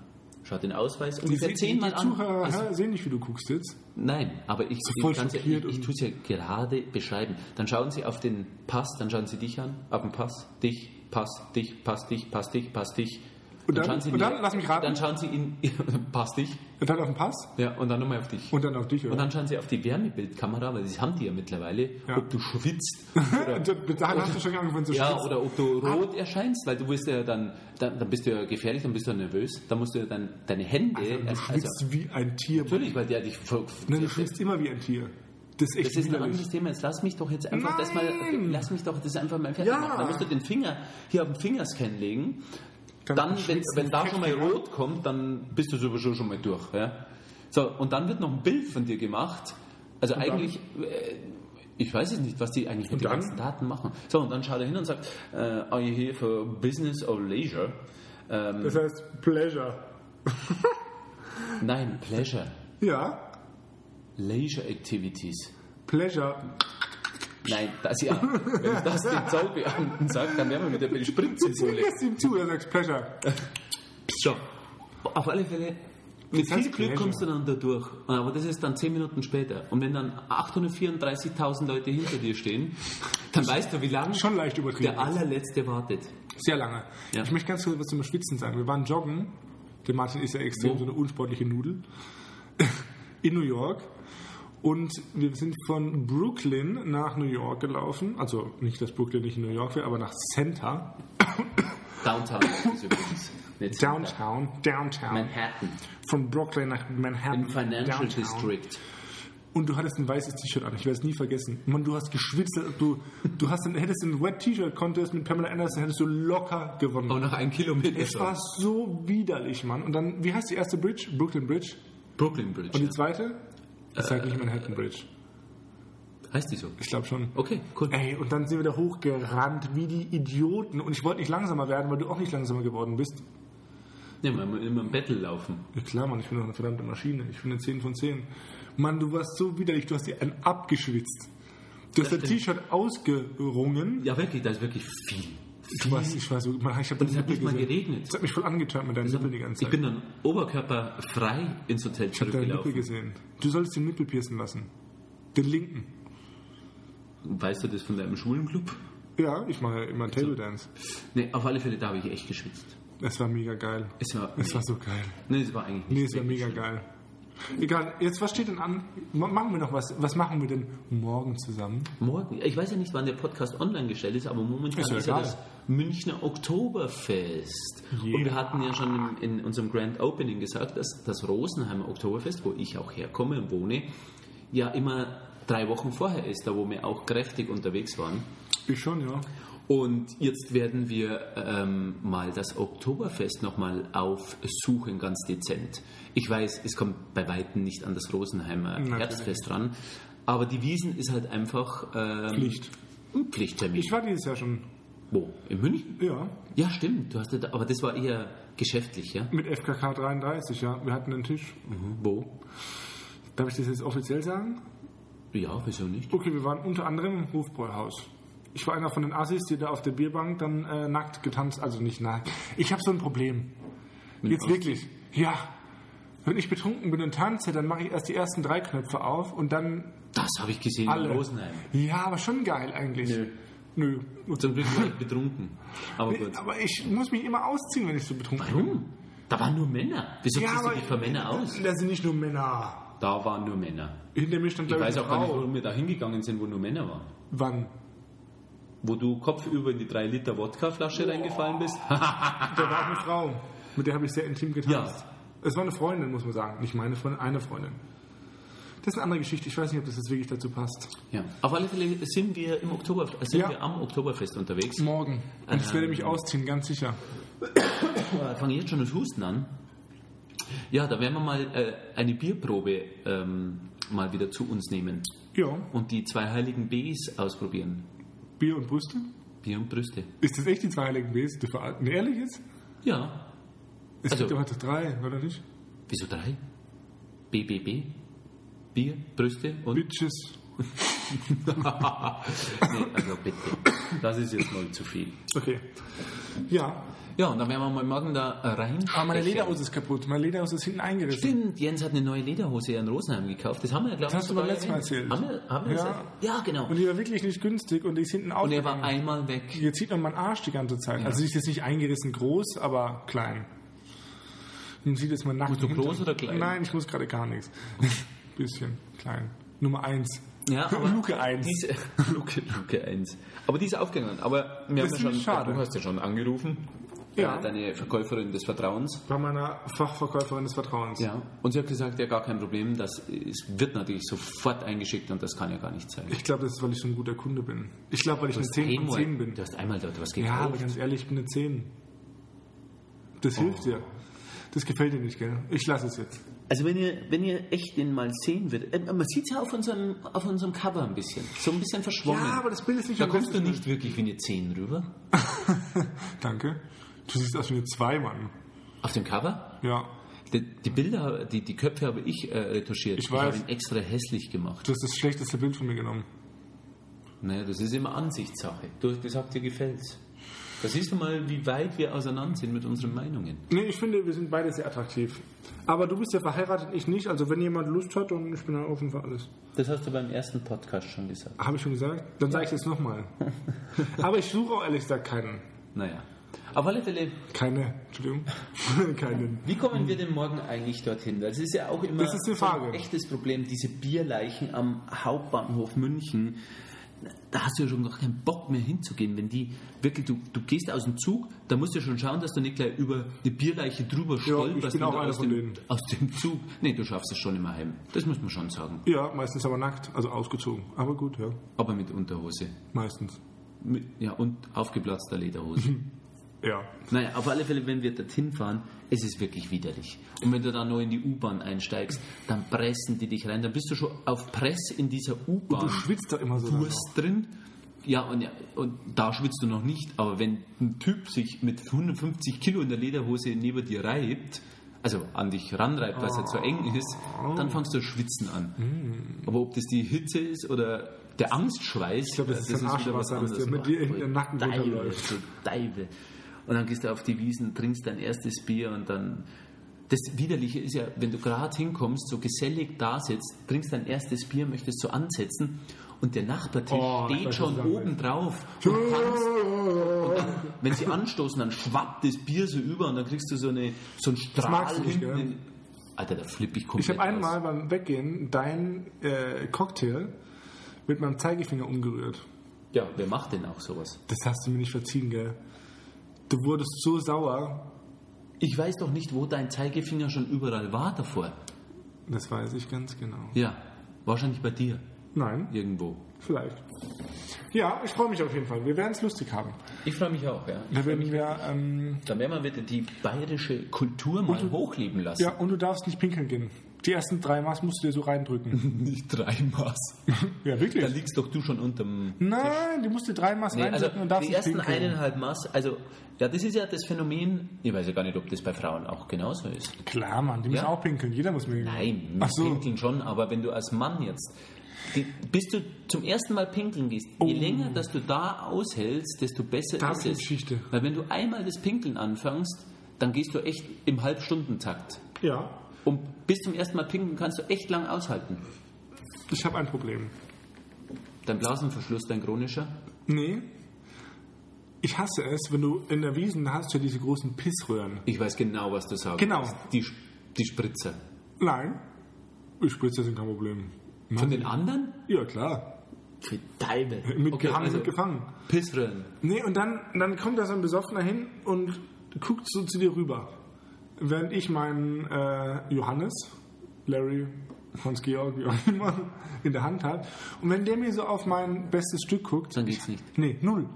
[SPEAKER 1] Schaut den Ausweis ungefähr
[SPEAKER 2] die,
[SPEAKER 1] zehnmal
[SPEAKER 2] die
[SPEAKER 1] an. Also-
[SPEAKER 2] Zuhörer
[SPEAKER 1] Es-
[SPEAKER 2] hä, sehen nicht, wie du guckst jetzt.
[SPEAKER 1] Nein, aber ich,
[SPEAKER 2] voll
[SPEAKER 1] ich, kann's ja, ich,
[SPEAKER 2] schockiert
[SPEAKER 1] ich
[SPEAKER 2] und-
[SPEAKER 1] tue es ja gerade beschreiben. Dann schauen sie auf den Pass, dann schauen sie dich an, auf den Pass, dich, Pass, dich, Pass, dich, Pass, dich, Pass, dich.
[SPEAKER 2] Und dann- und dann, lass mich raten.
[SPEAKER 1] Dann schauen sie in, pass dich,
[SPEAKER 2] Und dann auf den Pass
[SPEAKER 1] ja, und dann nochmal auf dich.
[SPEAKER 2] und dann auf dich, oder?
[SPEAKER 1] Und dann schauen sie auf die Wärmebildkamera, weil das haben die ja mittlerweile,
[SPEAKER 2] Ja.
[SPEAKER 1] ob du schwitzt
[SPEAKER 2] Und da- bis dahin hast du Ah. schon angefangen zu
[SPEAKER 1] ja,
[SPEAKER 2] schwitzen.
[SPEAKER 1] oder ob du rot erscheinst, weil du bist ja dann, dann, dann bist du ja gefährlich, dann bist du ja nervös, dann musst du ja dann deine Hände.
[SPEAKER 2] Also,
[SPEAKER 1] also
[SPEAKER 2] Du schwitzt wie ein Tier.
[SPEAKER 1] natürlich, weil der dich voll.
[SPEAKER 2] Nein, Ne, du schwitzt immer wie ein Tier. Das ist echt
[SPEAKER 1] Das ist ein
[SPEAKER 2] widerlich.
[SPEAKER 1] anderes Thema. Jetzt lass mich doch jetzt einfach das mal,
[SPEAKER 2] Nein!
[SPEAKER 1] lass mich doch das einfach mal fertig
[SPEAKER 2] Ja.
[SPEAKER 1] machen. Dann musst du den Finger hier auf den Fingerscan legen.
[SPEAKER 2] Dann
[SPEAKER 1] Dann, wenn,
[SPEAKER 2] schwitzt
[SPEAKER 1] wenn
[SPEAKER 2] die
[SPEAKER 1] da schon mal
[SPEAKER 2] Fette ab.
[SPEAKER 1] rot kommt, dann bist du sowieso schon mal durch. Ja? So, und dann wird noch ein Bild von dir gemacht. Also eigentlich, äh, ich weiß es nicht, was die eigentlich mit den
[SPEAKER 2] dann?
[SPEAKER 1] ganzen Daten machen. So, und dann schaut er hin und sagt, äh, are you here for business or leisure? Ähm,
[SPEAKER 2] Das heißt Pleasure.
[SPEAKER 1] nein, pleasure.
[SPEAKER 2] Ja,
[SPEAKER 1] Leisure activities.
[SPEAKER 2] Pleasure.
[SPEAKER 1] Nein, das ja. Wenn ich das den Zollbeamten sage, dann wären wir wieder bei der
[SPEAKER 2] Du
[SPEAKER 1] Spritzsymbole.
[SPEAKER 2] lässt ihm zu, er sagt Pleasure.
[SPEAKER 1] So, auf alle Fälle, mit
[SPEAKER 2] Das heißt
[SPEAKER 1] viel Glück
[SPEAKER 2] Pleasure.
[SPEAKER 1] kommst du dann da durch. Äh, Aber das ist dann 10 Minuten später. Und wenn dann 834.000 Leute hinter dir stehen, dann weißt du, wie lange
[SPEAKER 2] Schon leicht übertrieben.
[SPEAKER 1] der allerletzte wartet.
[SPEAKER 2] Sehr lange.
[SPEAKER 1] Ja.
[SPEAKER 2] Ich möchte ganz kurz was zum Schwitzen sagen. Wir waren joggen. Der Martin ist ja extrem
[SPEAKER 1] Wo?
[SPEAKER 2] so eine unsportliche Nudel. In New York. Und wir sind von Brooklyn nach New York gelaufen. Also nicht, dass Brooklyn nicht in New York wäre, aber nach Center.
[SPEAKER 1] Downtown ist es übrigens. Nicht
[SPEAKER 2] Downtown. Downtown.
[SPEAKER 1] Manhattan.
[SPEAKER 2] Von Brooklyn nach Manhattan.
[SPEAKER 1] Im Financial
[SPEAKER 2] Downtown.
[SPEAKER 1] District.
[SPEAKER 2] Und du hattest ein weißes T-Shirt an. Ich werde es nie vergessen. Mann, du hast geschwitzt. als ob Du, du hast, ein- hättest ein Wet T-Shirt Contest mit Pamela Anderson, hättest du locker gewonnen.
[SPEAKER 1] Auch nach einem Kilometer
[SPEAKER 2] Es war
[SPEAKER 1] schon.
[SPEAKER 2] so widerlich, Mann. Und dann, wie heißt die erste Bridge? Brooklyn Bridge.
[SPEAKER 1] Brooklyn
[SPEAKER 2] Und
[SPEAKER 1] Bridge.
[SPEAKER 2] die zweite? Ist halt nicht Manhattan Bridge.
[SPEAKER 1] Heißt die so?
[SPEAKER 2] Ich glaube schon.
[SPEAKER 1] Okay, cool.
[SPEAKER 2] Ey, und dann sind wir da hochgerannt wie die Idioten. Und ich wollte nicht langsamer werden, weil du auch nicht langsamer geworden bist.
[SPEAKER 1] Ja, man muss immer im Battle laufen.
[SPEAKER 2] Ja, klar, Mann, ich bin doch eine verdammte Maschine. Ich bin eine 10 von 10. Mann, du warst so widerlich. Du hast dir einen abgeschwitzt. Du hast dein
[SPEAKER 1] stimmt.
[SPEAKER 2] T-Shirt ausgerungen.
[SPEAKER 1] Ja, wirklich, da ist wirklich viel.
[SPEAKER 2] Du warst, ich war so, Mann, ich habe
[SPEAKER 1] Und es hat nicht mal geregnet.
[SPEAKER 2] Das hat mich voll angetört mit deinen Nippeln die ganze
[SPEAKER 1] Ich
[SPEAKER 2] Zeit.
[SPEAKER 1] bin dann oberkörperfrei ins Hotel
[SPEAKER 2] Ich habe deinen Nippel
[SPEAKER 1] zurückgelaufen.
[SPEAKER 2] gesehen. Du solltest den Nippel piercen lassen. Den linken.
[SPEAKER 1] Weißt du das von deinem Schulenclub?
[SPEAKER 2] Ja, ich mache immer Table Dance.
[SPEAKER 1] Nee, auf alle Fälle, da habe ich echt geschwitzt.
[SPEAKER 2] Es war mega geil.
[SPEAKER 1] Es war,
[SPEAKER 2] Es war so geil.
[SPEAKER 1] nee, es war eigentlich
[SPEAKER 2] Nee,
[SPEAKER 1] nicht
[SPEAKER 2] es war
[SPEAKER 1] wirklich
[SPEAKER 2] mega
[SPEAKER 1] schlimm.
[SPEAKER 2] geil. Egal, jetzt was steht denn an? Ma- Machen wir noch was? Was machen wir denn morgen zusammen?
[SPEAKER 1] Morgen, ich weiß ja nicht, wann der Podcast online gestellt ist, aber momentan
[SPEAKER 2] Ist
[SPEAKER 1] ist
[SPEAKER 2] ja
[SPEAKER 1] ja,
[SPEAKER 2] egal.
[SPEAKER 1] das Münchner Oktoberfest.
[SPEAKER 2] Yeah.
[SPEAKER 1] Und wir hatten ja schon im, in unserem Grand Opening gesagt, dass das Rosenheimer Oktoberfest, wo ich auch herkomme und wohne, ja immer drei Wochen vorher ist, da wo wir auch kräftig unterwegs waren.
[SPEAKER 2] Ich schon, ja.
[SPEAKER 1] Und jetzt werden wir ähm, mal das Oktoberfest nochmal aufsuchen, ganz dezent. Ich weiß, es kommt bei Weitem nicht an das Rosenheimer
[SPEAKER 2] Natürlich.
[SPEAKER 1] Herbstfest dran, aber die Wiesen ist halt einfach ähm,
[SPEAKER 2] Pflicht.
[SPEAKER 1] ein Pflichttermin.
[SPEAKER 2] Ich war dieses Jahr schon.
[SPEAKER 1] Wo? In München?
[SPEAKER 2] Ja.
[SPEAKER 1] Ja, stimmt. Du hast ja da, aber das war eher geschäftlich, ja?
[SPEAKER 2] Mit FKK 33, ja. Wir hatten einen Tisch.
[SPEAKER 1] Wo?
[SPEAKER 2] Darf ich das jetzt offiziell sagen?
[SPEAKER 1] Ja, wieso nicht?
[SPEAKER 2] Okay, wir waren unter anderem im Hofbräuhaus. Ich war einer von den Assis, die da auf der Bierbank dann äh, nackt getanzt, also nicht nackt. Ich habe so ein Problem. Jetzt
[SPEAKER 1] Ausziehen?
[SPEAKER 2] wirklich. Ja. Wenn ich betrunken bin und tanze, dann mache ich erst die ersten drei Knöpfe auf und dann
[SPEAKER 1] Das habe ich gesehen
[SPEAKER 2] alle.
[SPEAKER 1] in Rosenheim.
[SPEAKER 2] Ja, aber schon geil eigentlich.
[SPEAKER 1] Nö.
[SPEAKER 2] Nö.
[SPEAKER 1] Zum Glück war ich betrunken. Aber gut.
[SPEAKER 2] Aber ich muss mich immer ausziehen, wenn ich so betrunken
[SPEAKER 1] Warum? Da waren nur Männer. Wieso
[SPEAKER 2] bin.
[SPEAKER 1] ziehst du dich für Männer aus?
[SPEAKER 2] Das sind nicht nur Männer.
[SPEAKER 1] Da waren nur Männer.
[SPEAKER 2] Hinter mir stand
[SPEAKER 1] Ich
[SPEAKER 2] glaub
[SPEAKER 1] weiß
[SPEAKER 2] eine
[SPEAKER 1] auch gar nicht,
[SPEAKER 2] Frau.
[SPEAKER 1] warum wir da hingegangen sind, wo nur Männer waren.
[SPEAKER 2] Wann?
[SPEAKER 1] Wo du kopfüber in die 3 Liter Wodkaflasche reingefallen bist.
[SPEAKER 2] Da war auch eine Frau. Mit der habe ich sehr intim getanzt.
[SPEAKER 1] Ja.
[SPEAKER 2] Es war eine Freundin, muss man sagen. Nicht meine Freundin, eine Freundin. Das ist eine andere Geschichte. Ich weiß nicht, ob das jetzt wirklich dazu passt.
[SPEAKER 1] ja. Auf alle Fälle sind wir im Oktober, sind
[SPEAKER 2] Ja.
[SPEAKER 1] wir am Oktoberfest unterwegs.
[SPEAKER 2] Morgen. Und ich werde mich ausziehen, ganz sicher.
[SPEAKER 1] Ich fange Äh, jetzt schon das Husten an. Ja, da werden wir mal äh, eine Bierprobe ähm, mal wieder zu uns nehmen
[SPEAKER 2] Ja.
[SPEAKER 1] und die zwei heiligen Bs ausprobieren.
[SPEAKER 2] Bier und Brüste?
[SPEAKER 1] Bier und Brüste.
[SPEAKER 2] Ist das echt die zwei heiligen Bs? Du verarsch- Nee, ehrlich jetzt?
[SPEAKER 1] Ja.
[SPEAKER 2] Es
[SPEAKER 1] Also-
[SPEAKER 2] gibt aber doch drei, oder nicht?
[SPEAKER 1] Wieso drei? BBB? Bier, Brüste und
[SPEAKER 2] Bitches.
[SPEAKER 1] nee, also bitte. Das ist jetzt mal zu viel.
[SPEAKER 2] Okay. Ja.
[SPEAKER 1] Ja, und dann werden wir mal morgen da äh, rein.
[SPEAKER 2] Aber meine Lederhose ist kaputt. Meine Lederhose ist hinten eingerissen.
[SPEAKER 1] Stimmt, Jens hat eine neue Lederhose in Rosenheim gekauft. Das haben wir ja, glaube ich,
[SPEAKER 2] Das hast du beim
[SPEAKER 1] sogar
[SPEAKER 2] letzten
[SPEAKER 1] erwähnt.
[SPEAKER 2] Mal erzählt.
[SPEAKER 1] Haben wir, haben wir
[SPEAKER 2] Ja.
[SPEAKER 1] ja. ja, genau.
[SPEAKER 2] Und
[SPEAKER 1] Und,
[SPEAKER 2] die war wirklich nicht günstig und die ist hinten auch.
[SPEAKER 1] er war einmal weg.
[SPEAKER 2] Jetzt sieht man meinen Arsch die ganze Zeit. Also die ist jetzt nicht eingerissen groß, aber klein. Man sieht jetzt mal nackt.
[SPEAKER 1] Musst du groß oder klein?
[SPEAKER 2] Nein, ich muss gerade gar nichts. Bisschen klein. Nummer 1.
[SPEAKER 1] Ja, aber
[SPEAKER 2] Luke 1.
[SPEAKER 1] Diese, Luke, Luke 1. Aber die ist aufgegangen. Aber wir
[SPEAKER 2] Das
[SPEAKER 1] haben ja
[SPEAKER 2] finde
[SPEAKER 1] schon,
[SPEAKER 2] ich schade.
[SPEAKER 1] du hast ja schon angerufen.
[SPEAKER 2] Ja.
[SPEAKER 1] Äh, Deine Verkäuferin des Vertrauens.
[SPEAKER 2] Bei meiner Fachverkäuferin des Vertrauens.
[SPEAKER 1] Ja. Und sie hat gesagt, ja, gar kein Problem. Das es wird natürlich sofort eingeschickt und das kann ja gar nicht sein.
[SPEAKER 2] Ich glaube, das ist, weil ich so ein guter Kunde bin. Ich glaube, weil ich eine
[SPEAKER 1] hast
[SPEAKER 2] 10 von
[SPEAKER 1] einmal-
[SPEAKER 2] 10 bin.
[SPEAKER 1] Du hast einmal dort was
[SPEAKER 2] Ja, aber
[SPEAKER 1] gekauft.
[SPEAKER 2] ganz ehrlich, ich bin eine 10.
[SPEAKER 1] Oh.
[SPEAKER 2] Das hilft dir. Das gefällt dir nicht, gell? Ich lasse es jetzt.
[SPEAKER 1] also wenn ihr, wenn ihr echt den mal sehen würdet, äh, man sieht es ja auf unserem, auf unserem Cover ein bisschen. So ein bisschen verschwommen.
[SPEAKER 2] Ja, aber das Bild ist nicht
[SPEAKER 1] da
[SPEAKER 2] mein
[SPEAKER 1] kommst du
[SPEAKER 2] bestes
[SPEAKER 1] nicht wirklich wie eine 10 rüber.
[SPEAKER 2] Danke. Du siehst aus wie eine 2, Mann.
[SPEAKER 1] Auf dem Cover?
[SPEAKER 2] Ja.
[SPEAKER 1] Die, die Bilder, die, die Köpfe habe ich äh, retuschiert.
[SPEAKER 2] Ich weiß.
[SPEAKER 1] habe ihn extra hässlich gemacht.
[SPEAKER 2] Du hast das schlechteste Bild von mir genommen.
[SPEAKER 1] Naja, das ist immer Ansichtssache. Du, das sagt dir gefällt. Da siehst du mal, wie weit wir auseinander sind mit unseren Meinungen.
[SPEAKER 2] Nee, ich finde, wir sind beide sehr attraktiv. Aber du bist ja verheiratet, ich nicht. Also wenn jemand Lust hat, dann ich bin da offen für alles.
[SPEAKER 1] Das hast du beim ersten Podcast schon gesagt.
[SPEAKER 2] Habe ich schon gesagt? Dann sage ich es nochmal. Aber ich suche auch ehrlich gesagt keinen.
[SPEAKER 1] Naja. Auf alle Fälle,
[SPEAKER 2] Keine, Entschuldigung. keinen.
[SPEAKER 1] wie kommen wir denn morgen eigentlich dorthin? Das ist ja auch immer
[SPEAKER 2] Das ist die
[SPEAKER 1] so ein
[SPEAKER 2] Frage.
[SPEAKER 1] echtes Problem, diese Bierleichen am Hauptbahnhof München. Da hast du ja schon gar keinen Bock mehr hinzugehen, wenn die wirklich, du, du gehst aus dem Zug, da musst du schon schauen, dass du nicht gleich über die Bierleiche drüber stolperst
[SPEAKER 2] bin
[SPEAKER 1] und
[SPEAKER 2] auch
[SPEAKER 1] du
[SPEAKER 2] einer
[SPEAKER 1] aus,
[SPEAKER 2] von
[SPEAKER 1] dem,
[SPEAKER 2] denen.
[SPEAKER 1] aus dem Zug. Nee, du schaffst es schon immer heim. Das muss man schon sagen.
[SPEAKER 2] Ja, meistens aber nackt, also ausgezogen. Aber gut, ja.
[SPEAKER 1] Aber mit Unterhose.
[SPEAKER 2] Meistens.
[SPEAKER 1] Mit, ja, und aufgeplatzter Lederhose.
[SPEAKER 2] Ja.
[SPEAKER 1] Naja, auf alle Fälle, wenn wir dorthin fahren, es ist wirklich widerlich. Und wenn du dann noch in die U-Bahn einsteigst, dann pressen die dich rein. Dann bist du schon auf Press in dieser
[SPEAKER 2] Du
[SPEAKER 1] U-Bahn.
[SPEAKER 2] schwitzt also da immer so.
[SPEAKER 1] Wurst drin. Ja und, ja, und da schwitzt du noch nicht. Aber wenn ein Typ sich mit 150 Kilo in der Lederhose neben dir reibt, also an dich ranreibt, weil es ja zu eng
[SPEAKER 2] Ah.
[SPEAKER 1] ist, dann fangst du schwitzen an.
[SPEAKER 2] Hm.
[SPEAKER 1] Aber ob das die Hitze ist oder der Angstschweiß, ich
[SPEAKER 2] glaub, das ist ein Arschwasser, das dir mit dir in den Nacken runterläuft.
[SPEAKER 1] Deibe. Und dann gehst du auf die Wiesen, trinkst dein erstes Bier und dann. Das Widerliche ist ja, wenn du gerade hinkommst, so gesellig da sitzt, trinkst dein erstes Bier, möchtest so ansetzen und der Nachbartisch
[SPEAKER 2] Oh, ich
[SPEAKER 1] steht
[SPEAKER 2] weiß, was
[SPEAKER 1] schon
[SPEAKER 2] du sagen
[SPEAKER 1] oben drauf.
[SPEAKER 2] danach.
[SPEAKER 1] Wenn sie anstoßen, dann schwappt das Bier so über und dann kriegst du so, eine, so einen Strahl
[SPEAKER 2] magst du nicht,
[SPEAKER 1] hinten
[SPEAKER 2] gell?
[SPEAKER 1] in- Alter, da flippe ich komplett
[SPEAKER 2] Ich habe
[SPEAKER 1] aus.
[SPEAKER 2] einmal beim Weggehen deinen äh, Cocktail mit meinem Zeigefinger umgerührt.
[SPEAKER 1] Ja, wer macht denn auch sowas?
[SPEAKER 2] Das hast du mir nicht verziehen, gell? Du wurdest so sauer.
[SPEAKER 1] Ich weiß doch nicht, wo dein Zeigefinger schon überall war davor.
[SPEAKER 2] Das weiß ich ganz genau.
[SPEAKER 1] Ja, wahrscheinlich bei dir
[SPEAKER 2] Nein,
[SPEAKER 1] irgendwo.
[SPEAKER 2] vielleicht. Ja, ich freue mich auf jeden Fall. Wir werden es lustig haben.
[SPEAKER 1] Ich freue mich auch, ja.
[SPEAKER 2] Da werden wir, ähm,
[SPEAKER 1] Dann werden wir wieder die bayerische Kultur mal hochleben lassen.
[SPEAKER 2] ja, und du darfst nicht pinkeln gehen. Die ersten drei Maß musst du dir so reindrücken.
[SPEAKER 1] Nicht drei Maß.
[SPEAKER 2] ja,
[SPEAKER 1] Da
[SPEAKER 2] wirklich?
[SPEAKER 1] liegst doch du schon unterm...
[SPEAKER 2] Nein, die musst du drei Maß
[SPEAKER 1] Nee, also
[SPEAKER 2] reindrücken und darfst
[SPEAKER 1] die
[SPEAKER 2] nicht
[SPEAKER 1] ersten
[SPEAKER 2] pinkeln.
[SPEAKER 1] eineinhalb Maß, also ja, das ist ja das Phänomen, ich weiß ja gar nicht, ob das bei Frauen auch genauso ist.
[SPEAKER 2] Klar, Mann, die müssen
[SPEAKER 1] Ja.
[SPEAKER 2] auch pinkeln. Jeder muss pinkeln.
[SPEAKER 1] Nein,
[SPEAKER 2] Ach
[SPEAKER 1] mit
[SPEAKER 2] so.
[SPEAKER 1] pinkeln schon, aber wenn du als Mann jetzt, die, bis du zum ersten Mal pinkeln gehst,
[SPEAKER 2] Oh.
[SPEAKER 1] je länger, dass du da aushältst, desto besser
[SPEAKER 2] Da hab
[SPEAKER 1] ist
[SPEAKER 2] ich
[SPEAKER 1] es.
[SPEAKER 2] Geschichte.
[SPEAKER 1] Weil wenn du einmal das Pinkeln anfängst, dann gehst du echt im Halbstundentakt.
[SPEAKER 2] Ja,
[SPEAKER 1] Und bis zum ersten Mal pinkeln kannst du echt lang aushalten.
[SPEAKER 2] ich habe ein Problem.
[SPEAKER 1] Dein Blasenverschluss, dein chronischer?
[SPEAKER 2] Nee. Ich hasse es, wenn du in der Wiesen hast du ja diese großen Pissröhren.
[SPEAKER 1] Ich weiß genau, was du sagst.
[SPEAKER 2] Genau.
[SPEAKER 1] Die, Sch- die Spritzer.
[SPEAKER 2] Nein. Ich spritze sind kein Problem.
[SPEAKER 1] Von den anderen?
[SPEAKER 2] Ja, klar.
[SPEAKER 1] Für Teile.
[SPEAKER 2] Mit gehangen,
[SPEAKER 1] also
[SPEAKER 2] mit gefangen.
[SPEAKER 1] Pissröhren.
[SPEAKER 2] Nee, und dann, dann kommt da so ein Besoffener hin und guckt so zu dir rüber. Während ich meinen äh, Johannes, Larry, Hans-Georg, wie auch immer, in der Hand habe. Und wenn der mir so auf mein bestes Stück guckt,
[SPEAKER 1] Dann geht's nicht.
[SPEAKER 2] Nee, null.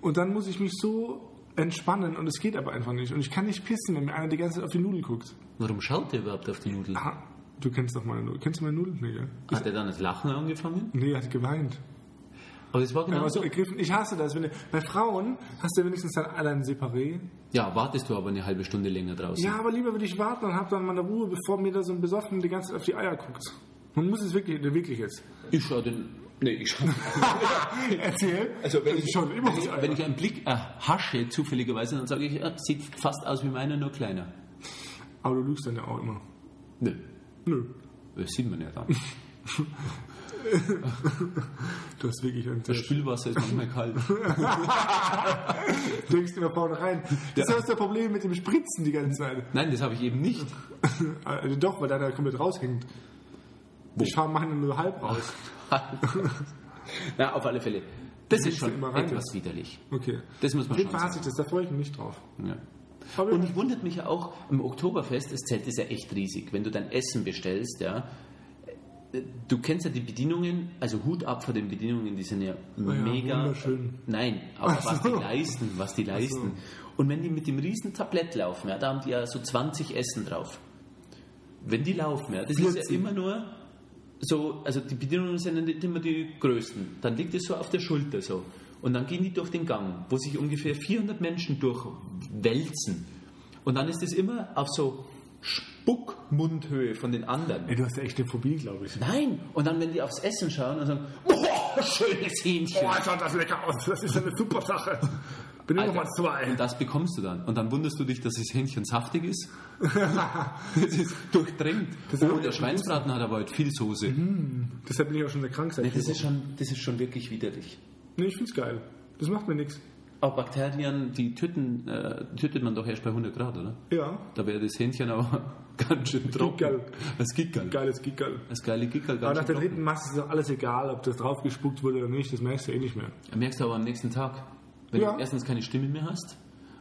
[SPEAKER 2] Und dann muss ich mich so entspannen und es geht aber einfach nicht. Und ich kann nicht pissen, wenn mir einer die ganze Zeit auf die Nudeln guckt.
[SPEAKER 1] Warum schaut der überhaupt auf die Nudeln?
[SPEAKER 2] Ah, du kennst doch meine Nudeln. Kennst du meine Nudeln? Nee, gell?
[SPEAKER 1] Hat er dann das Lachen angefangen?
[SPEAKER 2] Nee, er hat geweint.
[SPEAKER 1] Aber das war
[SPEAKER 2] Er
[SPEAKER 1] genau
[SPEAKER 2] war so
[SPEAKER 1] so.
[SPEAKER 2] ergriffen. Ich hasse das. Wenn du, bei Frauen hast du wenigstens dann alle ein Separé.
[SPEAKER 1] Ja, wartest du aber eine halbe Stunde länger draußen.
[SPEAKER 2] also- Ja, aber lieber würde ich warten und hab dann meine Ruhe, bevor mir da so ein Besoffener die ganze Zeit auf die Eier guckt. Man muss es wirklich, der wirklich jetzt.
[SPEAKER 1] Ich schau den... Nee, ich schau...
[SPEAKER 2] Erzähl. Also wenn ich schon immer auf die Eier.
[SPEAKER 1] Wenn ich einen Blick erhasche, zufälligerweise, dann sage ich, ah, sieht fast aus wie meiner, nur kleiner.
[SPEAKER 2] aber du lügst dann ja auch immer.
[SPEAKER 1] Nö,
[SPEAKER 2] Nö.
[SPEAKER 1] das sieht man ja dann.
[SPEAKER 2] Du hast wirklich ein
[SPEAKER 1] Das Spülwasser ist manchmal kalt.
[SPEAKER 2] Du denkst immer vorne rein. Das ist das Problem mit dem Spritzen die ganze Zeit.
[SPEAKER 1] Nein, das habe ich eben nicht.
[SPEAKER 2] Also doch, weil deiner komplett raushängt. Ich fahre machen nur halb raus.
[SPEAKER 1] Na, auf alle Fälle. Das ist
[SPEAKER 2] Nimmst du
[SPEAKER 1] schon
[SPEAKER 2] immer rein,
[SPEAKER 1] etwas widerlich.
[SPEAKER 2] Okay.
[SPEAKER 1] Das muss man
[SPEAKER 2] Auf jeden
[SPEAKER 1] schon
[SPEAKER 2] Fall hasse ich das, da freue ich mich nicht drauf.
[SPEAKER 1] Ja.
[SPEAKER 2] Aber
[SPEAKER 1] Und ich wundert mich ja auch, im Oktoberfest, das Zelt ist ja echt riesig. Wenn du dein Essen bestellst, ja, du kennst ja die Bedienungen, also Hut ab vor den Bedienungen, die sind Oh ja, mega.
[SPEAKER 2] wunderschön.
[SPEAKER 1] Nein, aber
[SPEAKER 2] Ach
[SPEAKER 1] was
[SPEAKER 2] so.
[SPEAKER 1] die leisten, was die leisten. Und wenn die mit dem riesen Tablett laufen, ja, da haben die ja so 20 Essen drauf. Wenn die laufen, ja, das ist
[SPEAKER 2] 14.
[SPEAKER 1] ja immer nur so, also die Bedienungen sind ja nicht immer die größten. Dann liegt es so auf der Schulter so. Und dann gehen die durch den Gang, wo sich ungefähr 400 Menschen durchwälzen. Und dann ist es immer auf so Spuckmundhöhe von den anderen.
[SPEAKER 2] Ey, du hast ja echt eine Phobie, glaube ich.
[SPEAKER 1] Nein! Und dann, wenn die aufs Essen schauen und sagen, boah, schönes Hähnchen.
[SPEAKER 2] schaut das lecker aus. Das ist eine super Sache. Benimm
[SPEAKER 1] Alter,
[SPEAKER 2] noch mal zwei.
[SPEAKER 1] Also, Und das bekommst du dann. Und dann wunderst du dich, dass das Hähnchen saftig ist. das ist durchdrängt.
[SPEAKER 2] Das ist
[SPEAKER 1] oh,
[SPEAKER 2] aber
[SPEAKER 1] der
[SPEAKER 2] echt
[SPEAKER 1] Schweinsbraten hat aber heute viel Soße.
[SPEAKER 2] Deshalb bin ich auch schon sehr krank seit
[SPEAKER 1] Nee, Mhm. das,
[SPEAKER 2] vier
[SPEAKER 1] ist schon, das ist schon wirklich widerlich.
[SPEAKER 2] Wochen. Nee, ich find's geil. Das macht mir nichts.
[SPEAKER 1] Auch Bakterien, die töten, äh, tötet man doch erst bei 100 Grad, oder?
[SPEAKER 2] Ja,
[SPEAKER 1] Da wäre das Hähnchen aber ganz schön trocken.
[SPEAKER 2] Gickerl.
[SPEAKER 1] Das Gickerl.
[SPEAKER 2] geiles Gickerl.
[SPEAKER 1] Das geile Gickerl.
[SPEAKER 2] Aber
[SPEAKER 1] Ganz schön
[SPEAKER 2] nach der
[SPEAKER 1] trocken.
[SPEAKER 2] dritten Masse ist doch alles egal, ob das draufgespuckt wurde oder nicht. Das merkst du eh nicht mehr.
[SPEAKER 1] Merkst du aber am nächsten Tag, wenn
[SPEAKER 2] Ja.
[SPEAKER 1] du erstens keine Stimme mehr hast,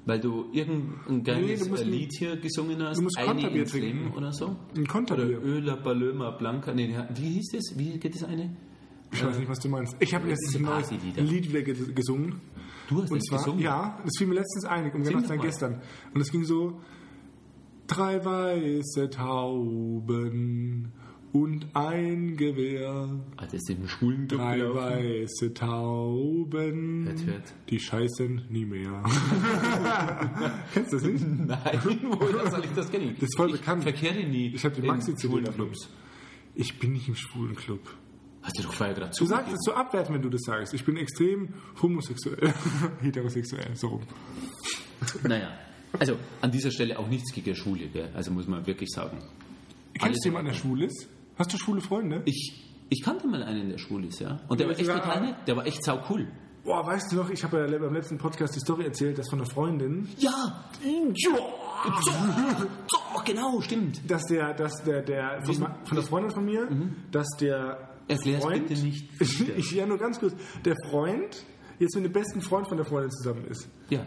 [SPEAKER 1] weil du irgendein geiles
[SPEAKER 2] du musst-
[SPEAKER 1] äh, Lied hier gesungen hast,
[SPEAKER 2] du musst Konterbier
[SPEAKER 1] ins
[SPEAKER 2] trinken.
[SPEAKER 1] Leben oder so.
[SPEAKER 2] Ein
[SPEAKER 1] Oder
[SPEAKER 2] Konterbier.
[SPEAKER 1] Öler, Palömer, Blanca. Nee, der- wie hieß das? Wie geht das eine?
[SPEAKER 2] Ich weiß nicht, was du meinst. Ich habe letztens ein
[SPEAKER 1] diese
[SPEAKER 2] neues
[SPEAKER 1] Partylieder.
[SPEAKER 2] Lied wieder ges- gesungen.
[SPEAKER 1] Du hast
[SPEAKER 2] Und
[SPEAKER 1] das
[SPEAKER 2] zwar,
[SPEAKER 1] gesungen.
[SPEAKER 2] ja, das fiel mir letztens ein, um genau
[SPEAKER 1] doch
[SPEAKER 2] zu sein
[SPEAKER 1] mal.
[SPEAKER 2] gestern. Und es ging so: Drei weiße Tauben und ein Gewehr.
[SPEAKER 1] Ah, das ist im schwulen
[SPEAKER 2] Drei
[SPEAKER 1] gelaufen.
[SPEAKER 2] weiße Tauben.
[SPEAKER 1] Hört, hört.
[SPEAKER 2] Die scheißen nie mehr. Kennst du das nicht?
[SPEAKER 1] Nein, woher soll ich das kennen?
[SPEAKER 2] Das ist voll bekannt.
[SPEAKER 1] Ich verkehre nie
[SPEAKER 2] Ich hab die
[SPEAKER 1] in
[SPEAKER 2] Maxi zu
[SPEAKER 1] schwulen
[SPEAKER 2] dir
[SPEAKER 1] Clubs.
[SPEAKER 2] Ich bin nicht im schwulen Club.
[SPEAKER 1] Hast du doch vorher gerade
[SPEAKER 2] Du sagst
[SPEAKER 1] zugegeben.
[SPEAKER 2] es so abwertend, wenn du das sagst. Ich bin extrem homosexuell, heterosexuell, so rum.
[SPEAKER 1] Naja, also an dieser Stelle auch nichts gegen Schule, gell? also muss man wirklich sagen.
[SPEAKER 2] Kennst du jemanden, der schwul ist? Hast du schwule Freunde?
[SPEAKER 1] Ich, ich kannte mal einen, der schwul ist, ja. Und der war echt
[SPEAKER 2] Ja.
[SPEAKER 1] total nett, der war echt sau cool.
[SPEAKER 2] Boah, weißt du noch, ich habe ja beim letzten Podcast die Story erzählt, dass von einer Freundin,
[SPEAKER 1] Ja! So, genau, stimmt.
[SPEAKER 2] dass der, dass der, der von,
[SPEAKER 1] Wissen-
[SPEAKER 2] ma- von der Freundin von mir, dass der
[SPEAKER 1] Mhm. Erklär's bitte nicht wieder.
[SPEAKER 2] ich, ja nur ganz kurz, der Freund jetzt mit dem besten Freund von der Freundin zusammen ist.
[SPEAKER 1] Ja.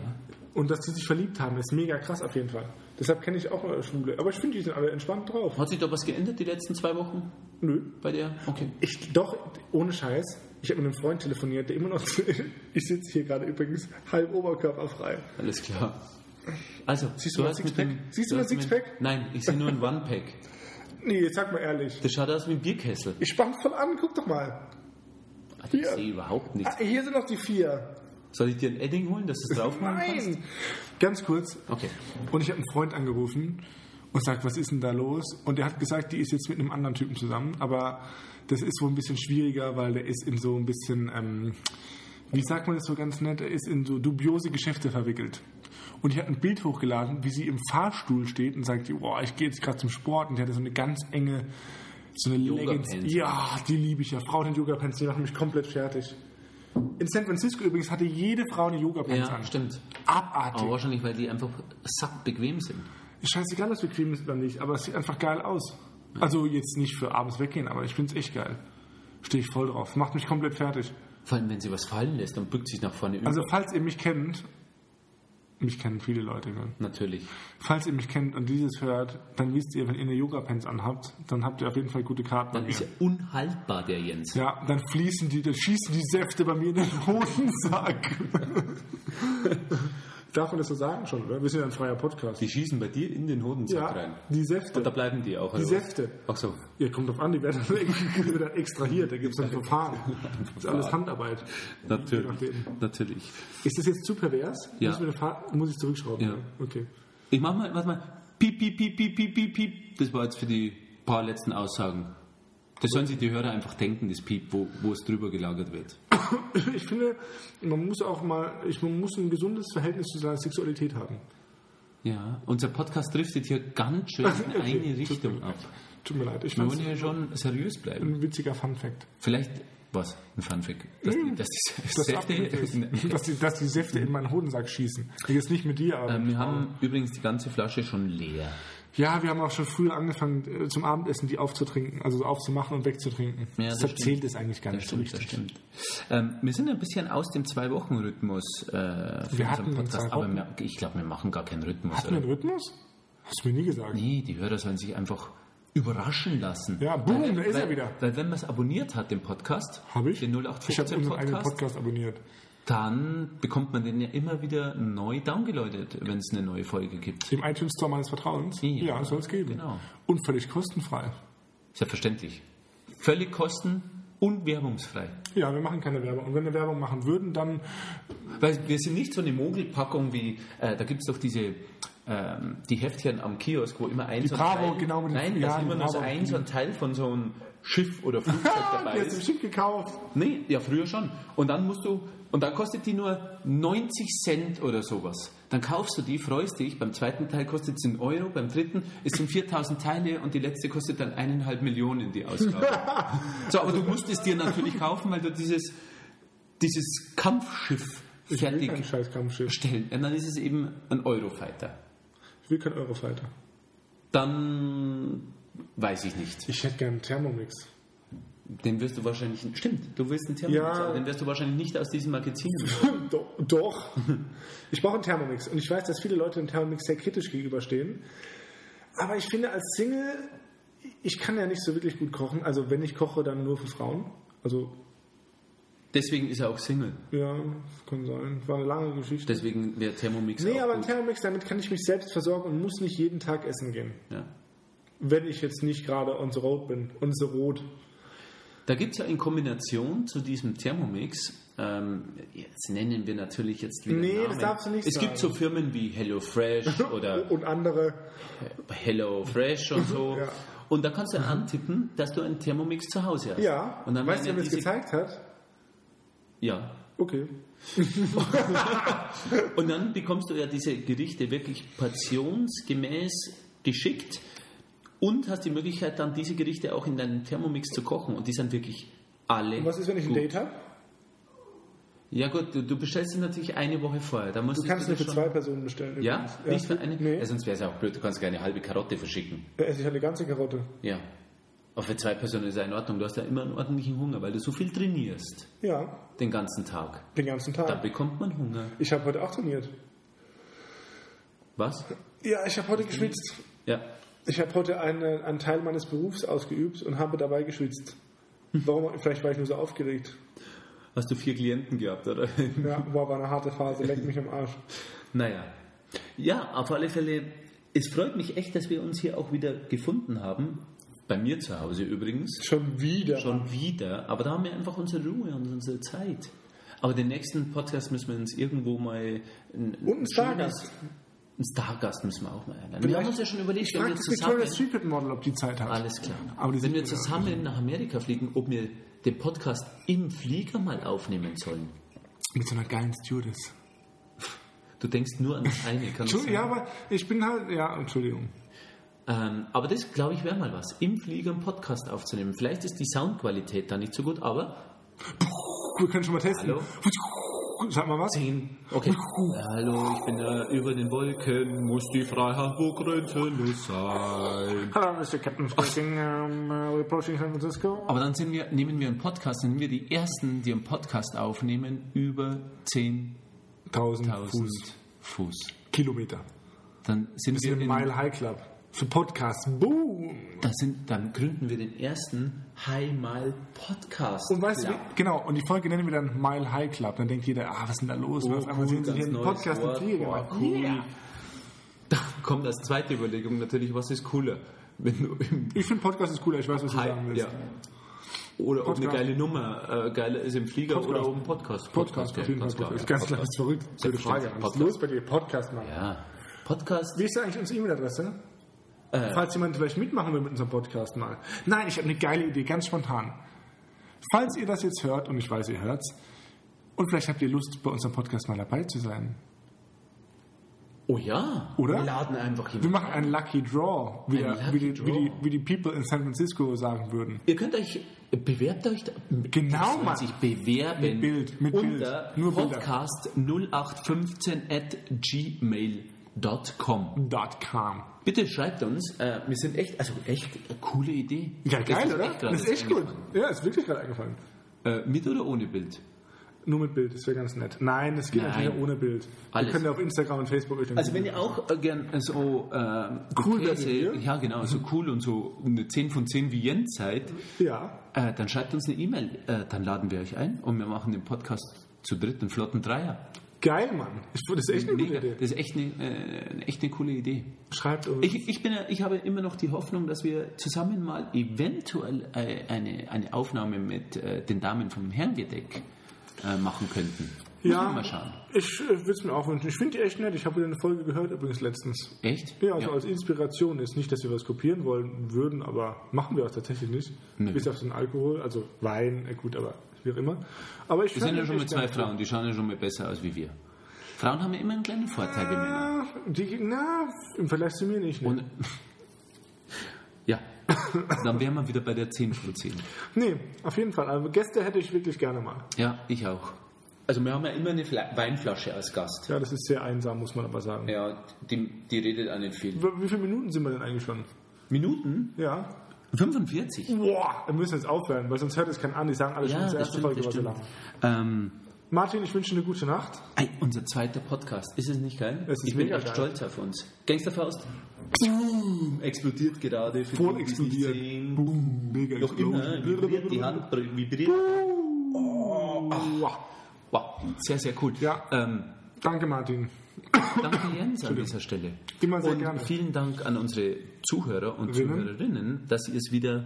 [SPEAKER 2] Und dass die sich verliebt haben, ist mega krass auf jeden Fall. Deshalb kenne ich auch äh, Schwule. Aber ich finde, die sind alle entspannt drauf.
[SPEAKER 1] Hat sich da was geändert die letzten zwei Wochen
[SPEAKER 2] Nö.
[SPEAKER 1] bei dir? Okay.
[SPEAKER 2] Ich, doch, ohne Scheiß. Ich habe mit einem Freund telefoniert, der immer noch. ich sitze hier gerade übrigens halb oberkörperfrei.
[SPEAKER 1] Alles klar. Also,
[SPEAKER 2] Siehst du mein
[SPEAKER 1] hast mit
[SPEAKER 2] Sixpack?
[SPEAKER 1] dem-
[SPEAKER 2] Siehst du mein
[SPEAKER 1] hast mit-
[SPEAKER 2] Sixpack?
[SPEAKER 1] Nein, ich sehe nur ein One-Pack.
[SPEAKER 2] Nee, jetzt sag mal ehrlich.
[SPEAKER 1] Das schaut aus wie ein Bierkessel.
[SPEAKER 2] Ich spann voll an, guck doch mal.
[SPEAKER 1] Alter, ich
[SPEAKER 2] Ja.
[SPEAKER 1] sehe überhaupt nichts.
[SPEAKER 2] Ah, hier sind noch die vier.
[SPEAKER 1] Soll ich dir ein Edding holen, dass du es drauf machen kannst?
[SPEAKER 2] Nein! Ganz kurz.
[SPEAKER 1] Okay.
[SPEAKER 2] Und ich habe einen Freund angerufen und sagt, was ist denn da los? Und er hat gesagt, die ist jetzt mit einem anderen Typen zusammen. Aber das ist wohl ein bisschen schwieriger, weil der ist in so ein bisschen, ähm, wie sagt man das so ganz nett, er ist in so dubiose Geschäfte verwickelt. Und ich habe ein Bild hochgeladen, wie sie im Fahrstuhl steht und sagt, boah, ich gehe jetzt gerade zum Sport. Und die hatte so eine ganz enge, so eine Leggings.
[SPEAKER 1] Yoga-Pants.
[SPEAKER 2] Ja, die liebe ich ja. Frauen in Yoga-Pants, die machen mich komplett fertig. In San Francisco übrigens hatte jede Frau eine Yoga-Pants
[SPEAKER 1] Ja,
[SPEAKER 2] an.
[SPEAKER 1] stimmt.
[SPEAKER 2] Abartig.
[SPEAKER 1] Aber wahrscheinlich, weil die einfach sackbequem sind.
[SPEAKER 2] Scheißegal, was bequem ist oder nicht, aber es sieht einfach geil aus. Also jetzt nicht für abends weggehen, aber ich finde es echt geil. Stehe ich voll drauf. Macht mich komplett fertig.
[SPEAKER 1] Vor allem, wenn sie was fallen lässt, dann bückt sich nach vorne über.
[SPEAKER 2] Also falls ihr mich kennt, mich kennen viele Leute, gell?
[SPEAKER 1] Natürlich.
[SPEAKER 2] falls ihr mich kennt und dieses hört, dann wisst ihr, wenn ihr eine Yoga-Pants anhabt, dann habt ihr auf jeden Fall gute Karten.
[SPEAKER 1] Dann
[SPEAKER 2] bei
[SPEAKER 1] ist
[SPEAKER 2] mir.
[SPEAKER 1] ja unhaltbar, der Jens.
[SPEAKER 2] ja, dann fließen die, dann schießen die Säfte bei mir in den Hosensack. Darf man das so sagen schon, oder? Wir sind ja ein freier Podcast.
[SPEAKER 1] Die schießen bei dir in den Hodensack rein.
[SPEAKER 2] die Säfte.
[SPEAKER 1] Und da bleiben die auch.
[SPEAKER 2] Die Säfte.
[SPEAKER 1] Ach so.
[SPEAKER 2] Ja, kommt drauf an, die werden dann ex- die werden dann extrahiert, da gibt es ein Verfahren. Das ist alles Handarbeit. Je
[SPEAKER 1] Natürlich.
[SPEAKER 2] nachdem.
[SPEAKER 1] Natürlich.
[SPEAKER 2] Ist das jetzt zu pervers?
[SPEAKER 1] Ja.
[SPEAKER 2] Muss, ich mir eine Fa- muss ich zurückschrauben?
[SPEAKER 1] Ja.
[SPEAKER 2] Okay.
[SPEAKER 1] Ich mach mal, warte mal. Piep, piep, piep, piep, piep, piep, piep. Das war jetzt für die paar letzten Aussagen. Das sollen sich die Hörer einfach denken, das Piep, wo, wo es drüber gelagert wird.
[SPEAKER 2] Ich finde, man muss auch mal, ich, man muss ein gesundes Verhältnis zu seiner Sexualität haben.
[SPEAKER 1] Ja, unser Podcast driftet hier ganz schön in
[SPEAKER 2] Okay,
[SPEAKER 1] eine
[SPEAKER 2] tut
[SPEAKER 1] Richtung
[SPEAKER 2] mir
[SPEAKER 1] ab.
[SPEAKER 2] Tut mir leid. Ich
[SPEAKER 1] Wir
[SPEAKER 2] fand
[SPEAKER 1] wollen ja schon seriös bleiben.
[SPEAKER 2] ein witziger Fun-Fact.
[SPEAKER 1] Vielleicht, was? Ein Funfact. Dass, die- dass die
[SPEAKER 2] Mm. Das
[SPEAKER 1] Säfte.
[SPEAKER 2] dass, die, dass die Säfte in meinen Hodensack schießen. Jetzt nicht mit dir, aber.
[SPEAKER 1] Ähm, Wir haben übrigens die ganze Flasche schon leer.
[SPEAKER 2] ja, wir haben auch schon früh angefangen, äh, zum Abendessen die aufzutrinken, also aufzumachen und wegzutrinken.
[SPEAKER 1] Ja, das
[SPEAKER 2] Deshalb
[SPEAKER 1] stimmt.
[SPEAKER 2] zählt es eigentlich gar
[SPEAKER 1] Das
[SPEAKER 2] nicht so
[SPEAKER 1] stimmt, das
[SPEAKER 2] richtig.
[SPEAKER 1] stimmt. Ähm, wir sind ein bisschen aus dem Zwei-Wochen-Rhythmus äh, für
[SPEAKER 2] Wir hatten einen
[SPEAKER 1] Podcast, aber
[SPEAKER 2] Zwei-Wochen-
[SPEAKER 1] wir, ich glaube, wir machen gar keinen Rhythmus.
[SPEAKER 2] Hatten wir einen Rhythmus? Hast du mir nie gesagt.
[SPEAKER 1] Nee, die Hörer sollen sich einfach überraschen lassen.
[SPEAKER 2] Ja, boom, da ist
[SPEAKER 1] weil,
[SPEAKER 2] er wieder.
[SPEAKER 1] Weil wenn man es abonniert hat, den Podcast,
[SPEAKER 2] Habe ich?
[SPEAKER 1] den
[SPEAKER 2] Ich habe
[SPEAKER 1] 0815
[SPEAKER 2] unseren eigenen
[SPEAKER 1] Podcast,
[SPEAKER 2] Podcast abonniert.
[SPEAKER 1] dann bekommt man den ja immer wieder neu downgeläutet, wenn es eine neue Folge gibt.
[SPEAKER 2] Dem iTunes Store meines Vertrauens?
[SPEAKER 1] Ja.
[SPEAKER 2] ja soll es geben.
[SPEAKER 1] Genau.
[SPEAKER 2] Und völlig kostenfrei.
[SPEAKER 1] Selbstverständlich. Völlig kosten und werbungsfrei.
[SPEAKER 2] Ja, wir machen keine Werbung. Und wenn wir Werbung machen würden, dann
[SPEAKER 1] Weil wir sind nicht so eine Mogelpackung wie, äh, da gibt es doch diese, ähm, die Heftchen am Kiosk, wo immer ein so ein
[SPEAKER 2] Bravo,
[SPEAKER 1] Teil,
[SPEAKER 2] genau, mit den-
[SPEAKER 1] nein,
[SPEAKER 2] ja,
[SPEAKER 1] da ist immer
[SPEAKER 2] die
[SPEAKER 1] nur so
[SPEAKER 2] Bravo.
[SPEAKER 1] ein, so ein Teil von so einem Schiff oder Flugzeug dabei
[SPEAKER 2] jetzt im
[SPEAKER 1] ist.
[SPEAKER 2] Schiff gekauft.
[SPEAKER 1] Nee, ja, früher schon. Und dann musst du, und dann kostet die nur 90 Cent oder sowas. Dann kaufst du die, freust dich, beim zweiten Teil kostet es einen Euro, beim dritten es sind 4000 Teile und die letzte kostet dann eineinhalb Millionen die Ausgabe. so, aber du musst es dir natürlich kaufen, weil du dieses, dieses Kampfschiff
[SPEAKER 2] Ich will kein
[SPEAKER 1] fertig
[SPEAKER 2] scheiß Kampfschiff.
[SPEAKER 1] stellen. Und dann ist es eben ein Eurofighter.
[SPEAKER 2] Ich will kein Eurofighter.
[SPEAKER 1] Dann weiß ich nicht.
[SPEAKER 2] Ich hätte gern einen Thermomix.
[SPEAKER 1] Den wirst du wahrscheinlich. Stimmt, du willst einen Thermomix,
[SPEAKER 2] Ja.
[SPEAKER 1] aber den wirst du wahrscheinlich nicht aus diesem Magazin.
[SPEAKER 2] Hm, Do doch. Ich brauche einen Thermomix. Und ich weiß, dass viele Leute dem Thermomix sehr kritisch gegenüberstehen. Aber ich finde, als Single, ich kann ja nicht so wirklich gut kochen. Also, wenn ich koche, dann nur für Frauen. Also,
[SPEAKER 1] Deswegen ist er auch Single.
[SPEAKER 2] ja, kann sein. War eine lange Geschichte.
[SPEAKER 1] Deswegen wäre Thermomix
[SPEAKER 2] Nee,
[SPEAKER 1] auch
[SPEAKER 2] aber ein
[SPEAKER 1] gut.
[SPEAKER 2] Thermomix, damit kann ich mich selbst versorgen und muss nicht jeden Tag essen gehen.
[SPEAKER 1] Ja.
[SPEAKER 2] Wenn ich jetzt nicht gerade on the road bin. On the road.
[SPEAKER 1] Da gibt es ja in Kombination zu diesem Thermomix, ähm, jetzt nennen wir natürlich jetzt wieder
[SPEAKER 2] Nee, das
[SPEAKER 1] Namen.
[SPEAKER 2] darfst du nicht
[SPEAKER 1] Es gibt so
[SPEAKER 2] sagen.
[SPEAKER 1] Firmen wie HelloFresh oder
[SPEAKER 2] Und andere.
[SPEAKER 1] HelloFresh und so.
[SPEAKER 2] Ja.
[SPEAKER 1] Und da kannst du antippen, dass du einen Thermomix zu Hause hast.
[SPEAKER 2] Ja.
[SPEAKER 1] Und dann
[SPEAKER 2] weißt du,
[SPEAKER 1] werden
[SPEAKER 2] wer mir das
[SPEAKER 1] diese-
[SPEAKER 2] gezeigt hat?
[SPEAKER 1] Ja.
[SPEAKER 2] Okay.
[SPEAKER 1] Und dann bekommst du ja diese Gerichte wirklich portionsgemäß geschickt und hast die Möglichkeit, dann diese Gerichte auch in deinem Thermomix zu kochen. Und die sind wirklich alle.
[SPEAKER 2] Und was ist, wenn ich ein
[SPEAKER 1] gut.
[SPEAKER 2] Date habe?
[SPEAKER 1] Ja gut, du, du bestellst sie natürlich eine Woche vorher. Da musst
[SPEAKER 2] Du kannst nur
[SPEAKER 1] das
[SPEAKER 2] für
[SPEAKER 1] schon-
[SPEAKER 2] zwei Personen bestellen.
[SPEAKER 1] Ja,
[SPEAKER 2] übrigens.
[SPEAKER 1] nicht für eine. Also
[SPEAKER 2] Nee,
[SPEAKER 1] Ja, sonst wäre es ja auch blöd, du kannst gerne eine halbe Karotte verschicken.
[SPEAKER 2] da esse ich eine ganze Karotte.
[SPEAKER 1] Ja. Aber für zwei Personen ist ja in Ordnung. Du hast ja immer einen ordentlichen Hunger, weil du so viel trainierst
[SPEAKER 2] Ja,
[SPEAKER 1] den ganzen Tag.
[SPEAKER 2] den ganzen
[SPEAKER 1] Dann
[SPEAKER 2] Tag.
[SPEAKER 1] bekommt man Hunger.
[SPEAKER 2] Ich habe heute auch trainiert.
[SPEAKER 1] Was?
[SPEAKER 2] Ja, ich habe
[SPEAKER 1] Mhm.
[SPEAKER 2] heute geschwitzt.
[SPEAKER 1] Ja.
[SPEAKER 2] Ich habe heute eine, einen Teil meines Berufs ausgeübt und habe dabei geschwitzt.
[SPEAKER 1] Hm.
[SPEAKER 2] Warum? Vielleicht war ich nur so aufgeregt.
[SPEAKER 1] Hast du vier Klienten gehabt, oder?
[SPEAKER 2] Ja, boah, war eine harte Phase. Leck mich am Arsch.
[SPEAKER 1] Naja. Ja, auf alle Fälle, es freut mich echt, dass wir uns hier auch wieder gefunden haben. Bei mir zu Hause übrigens.
[SPEAKER 2] Schon wieder.
[SPEAKER 1] Schon wieder. Aber da haben wir einfach unsere Ruhe und unsere Zeit. Aber den nächsten Podcast müssen wir uns irgendwo mal. Ein,
[SPEAKER 2] Und ein
[SPEAKER 1] schönes-
[SPEAKER 2] Stargast.
[SPEAKER 1] Ein Stargast müssen wir auch mal einladen. Wir
[SPEAKER 2] Vielleicht-
[SPEAKER 1] haben uns ja schon überlegt, wenn
[SPEAKER 2] Frag
[SPEAKER 1] wir
[SPEAKER 2] das
[SPEAKER 1] zusammen.
[SPEAKER 2] Victoria's Secret Model, ob die Zeit hat.
[SPEAKER 1] Alles klar.
[SPEAKER 2] Aber die
[SPEAKER 1] wenn
[SPEAKER 2] sind
[SPEAKER 1] wir
[SPEAKER 2] gut
[SPEAKER 1] zusammen nach Amerika fliegen, ob wir den Podcast im Flieger mal aufnehmen sollen.
[SPEAKER 2] Mit so einer geilen Stewardess.
[SPEAKER 1] Du denkst nur an das eine. kann das
[SPEAKER 2] Entschuldigung, ja,
[SPEAKER 1] sein?
[SPEAKER 2] aber ich bin halt... Ja, Entschuldigung.
[SPEAKER 1] Ähm, aber das, glaube ich, wäre mal was. Im Flieger einen Podcast aufzunehmen. Vielleicht ist die Soundqualität da nicht so gut, aber.
[SPEAKER 2] Wir können schon mal testen.
[SPEAKER 1] Hallo?
[SPEAKER 2] Sag mal was.
[SPEAKER 1] Okay. Hallo, ich bin da über den Wolken, muss die Freihamburg grenzenlos sein.
[SPEAKER 2] Hello, Mr. Captain speaking. Um, uh, we're approaching San Francisco.
[SPEAKER 1] Aber dann sind wir, nehmen wir einen Podcast, sind wir die Ersten, die einen Podcast aufnehmen über 10.000
[SPEAKER 2] 1000
[SPEAKER 1] Fuß. Fuß.
[SPEAKER 2] Kilometer.
[SPEAKER 1] Dann sind
[SPEAKER 2] Das ist
[SPEAKER 1] wir
[SPEAKER 2] ein
[SPEAKER 1] in,
[SPEAKER 2] Mile High Club. Für Podcasts. Boom!
[SPEAKER 1] dann, sind, dann gründen wir den ersten High Mile Podcast.
[SPEAKER 2] Und weißt du,
[SPEAKER 1] Club.
[SPEAKER 2] wie- genau, und die Folge nennen wir dann Mile High Club. Dann denkt jeder, ah, was ist denn da los? und auf einmal
[SPEAKER 1] Oh, cool,
[SPEAKER 2] sehen sie
[SPEAKER 1] ganz
[SPEAKER 2] hier einen
[SPEAKER 1] neues
[SPEAKER 2] Podcast Genau. im
[SPEAKER 1] Wort.
[SPEAKER 2] Flieger.
[SPEAKER 1] Boah,
[SPEAKER 2] cool.
[SPEAKER 1] Da kommt als zweite Überlegung natürlich, was ist cooler? Wenn du im
[SPEAKER 2] Ich finde Podcast ist cooler, ich weiß, was du
[SPEAKER 1] Hi-
[SPEAKER 2] sagen willst.
[SPEAKER 1] ja. Oder ob eine
[SPEAKER 2] Podcast.
[SPEAKER 1] geile Nummer äh, geiler ist im Flieger
[SPEAKER 2] Podcast.
[SPEAKER 1] oder ob ein Podcast.
[SPEAKER 2] Podcast, auf jeden Fall.
[SPEAKER 1] Podcast,
[SPEAKER 2] Podcast. Ganz klar,
[SPEAKER 1] Podcast.
[SPEAKER 2] ist verrückt. Blöde Frage.
[SPEAKER 1] Selbstverständlich,
[SPEAKER 2] Was ist
[SPEAKER 1] Podcast.
[SPEAKER 2] los bei dir? Podcast machen.
[SPEAKER 1] Ja. Podcast.
[SPEAKER 2] Wie ist denn eigentlich unsere E-Mail-Adresse?
[SPEAKER 1] Äh.
[SPEAKER 2] Falls jemand vielleicht mitmachen will mit unserem Podcast mal. Nein, ich habe eine geile Idee, ganz spontan. Falls ihr das jetzt hört, und ich weiß, ihr hört's, und vielleicht habt ihr Lust, bei unserem Podcast mal dabei zu sein,
[SPEAKER 1] Oh ja.
[SPEAKER 2] Oder?
[SPEAKER 1] Wir laden einfach jemanden.
[SPEAKER 2] Wir machen einen Lucky Draw, wie,
[SPEAKER 1] Ein
[SPEAKER 2] der,
[SPEAKER 1] Lucky
[SPEAKER 2] wie, die, Wie, die,
[SPEAKER 1] Draw.
[SPEAKER 2] wie die People in San Francisco sagen würden.
[SPEAKER 1] Ihr könnt euch, bewerbt euch, da-
[SPEAKER 2] Genau,
[SPEAKER 1] das
[SPEAKER 2] Mann.
[SPEAKER 1] nennt sich bewerben
[SPEAKER 2] Mit Bild, mit Bild.
[SPEAKER 1] unter
[SPEAKER 2] Nur Bilder.
[SPEAKER 1] podcast 0815 at gmail.com.
[SPEAKER 2] Dot com.
[SPEAKER 1] Bitte schreibt uns, äh, wir sind echt, also echt eine coole Idee.
[SPEAKER 2] Ja,
[SPEAKER 1] Das
[SPEAKER 2] geil,
[SPEAKER 1] ist
[SPEAKER 2] oder?
[SPEAKER 1] gerade
[SPEAKER 2] das ist echt gut.
[SPEAKER 1] eingefallen.
[SPEAKER 2] Ja, ist wirklich gerade eingefallen.
[SPEAKER 1] Äh, mit oder ohne Bild?
[SPEAKER 2] Nur mit Bild, das wäre ganz nett. Nein, das geht
[SPEAKER 1] Nein.
[SPEAKER 2] natürlich auch ohne Bild.
[SPEAKER 1] Alles.
[SPEAKER 2] Wir können ja auf Instagram und Facebook euch dann-
[SPEAKER 1] Also wenn ihr auch äh, gern äh, so ähm,
[SPEAKER 2] Cool
[SPEAKER 1] okay,
[SPEAKER 2] werdet
[SPEAKER 1] se-
[SPEAKER 2] ihr.
[SPEAKER 1] ja genau, so cool und so eine 10 von 10 wie Jens seid,
[SPEAKER 2] Ja.
[SPEAKER 1] äh, dann schreibt uns eine E-Mail, äh, dann laden wir euch ein und wir machen den Podcast zu dritt, einen flotten Dreier.
[SPEAKER 2] Geil, Mann. Ich- Das ist echt eine gute
[SPEAKER 1] Mega.
[SPEAKER 2] Idee.
[SPEAKER 1] Das ist echt eine, äh, eine- echt eine coole Idee.
[SPEAKER 2] Schreibt uns.
[SPEAKER 1] Ich, ich, bin, ja- ich habe immer noch die Hoffnung, dass wir zusammen mal eventuell äh, eine, eine Aufnahme mit äh, den Damen vom Herrengedeck äh, machen könnten. Müssen wir mal schauen.
[SPEAKER 2] Ich würde es mir auch wünschen. Ich finde die echt nett. Ich habe wieder eine Folge gehört übrigens letztens.
[SPEAKER 1] Echt?
[SPEAKER 2] Ja, also als Inspiration ist nicht, dass wir was kopieren wollen würden, aber machen wir auch tatsächlich nicht.
[SPEAKER 1] Nö.
[SPEAKER 2] Bis auf den Alkohol, also Wein, äh, gut, aber wie auch immer. Aber ich
[SPEAKER 1] Wir sind ja schon mit zwei Frauen, die schauen ja schon mal besser aus wie wir. Frauen haben ja immer einen kleinen Vorteil wie Männer.
[SPEAKER 2] Na, die, na, im Vergleich zu mir nicht. Ne?
[SPEAKER 1] Und ja, dann wären wir wieder bei der 10 von 10.
[SPEAKER 2] nee, auf jeden Fall. Also Gäste hätte ich wirklich gerne mal.
[SPEAKER 1] Ja, ich auch. Also wir haben ja immer eine Fla Weinflasche als Gast.
[SPEAKER 2] Ja, das ist sehr einsam, muss man aber sagen.
[SPEAKER 1] Ja, die, die redet auch nicht viel.
[SPEAKER 2] Wie viele Minuten sind wir denn eigentlich schon?
[SPEAKER 1] Minuten?
[SPEAKER 2] Ja.
[SPEAKER 1] 45.
[SPEAKER 2] Boah, wir müssen jetzt aufhören, weil sonst hört es keinen an. Die sagen alle schon, unsere erste Folge war so lang.
[SPEAKER 1] Ähm,
[SPEAKER 2] Martin, ich wünsche eine gute Nacht.
[SPEAKER 1] ey, unser zweiter Podcast. Ist es nicht geil?
[SPEAKER 2] Es ist
[SPEAKER 1] ich bin
[SPEAKER 2] mega
[SPEAKER 1] echt
[SPEAKER 2] geil.
[SPEAKER 1] stolz auf uns. Gangsterfaust. Boom, explodiert gerade. Für
[SPEAKER 2] Voll
[SPEAKER 1] die, die es nicht
[SPEAKER 2] explodiert.
[SPEAKER 1] sehen.
[SPEAKER 2] Boom, mega
[SPEAKER 1] Noch immer vibriert die Hand, vibriert.
[SPEAKER 2] Boah.
[SPEAKER 1] Wow, sehr, sehr cool.
[SPEAKER 2] Oh. Ja.
[SPEAKER 1] Ähm,
[SPEAKER 2] Danke, Martin.
[SPEAKER 1] danke Jens an dieser Stelle.
[SPEAKER 2] Immer sehr
[SPEAKER 1] und
[SPEAKER 2] gerne.
[SPEAKER 1] vielen Dank an unsere Zuhörer und
[SPEAKER 2] Rinnen.
[SPEAKER 1] Zuhörerinnen, dass ihr es wieder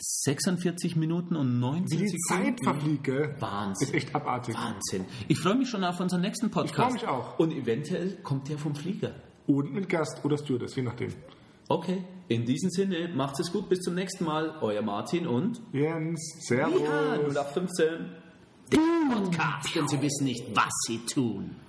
[SPEAKER 1] 46 Minuten und 19
[SPEAKER 2] Wie die
[SPEAKER 1] Sekunden...
[SPEAKER 2] Zeit verfliegt, gell?
[SPEAKER 1] Wahnsinn.
[SPEAKER 2] Ist echt abartig.
[SPEAKER 1] Wahnsinn. Ich freue mich schon auf unseren nächsten Podcast.
[SPEAKER 2] Ich freue mich auch.
[SPEAKER 1] Und eventuell kommt der vom Flieger.
[SPEAKER 2] Und mit Gast oder Stewardess, je nachdem.
[SPEAKER 1] Okay, in diesem Sinne, macht es gut, bis zum nächsten Mal. Euer Martin und...
[SPEAKER 2] Jens,
[SPEAKER 1] Ja,
[SPEAKER 2] Servus.
[SPEAKER 1] 0815. Der Podcast und Sie wissen nicht, was Sie tun.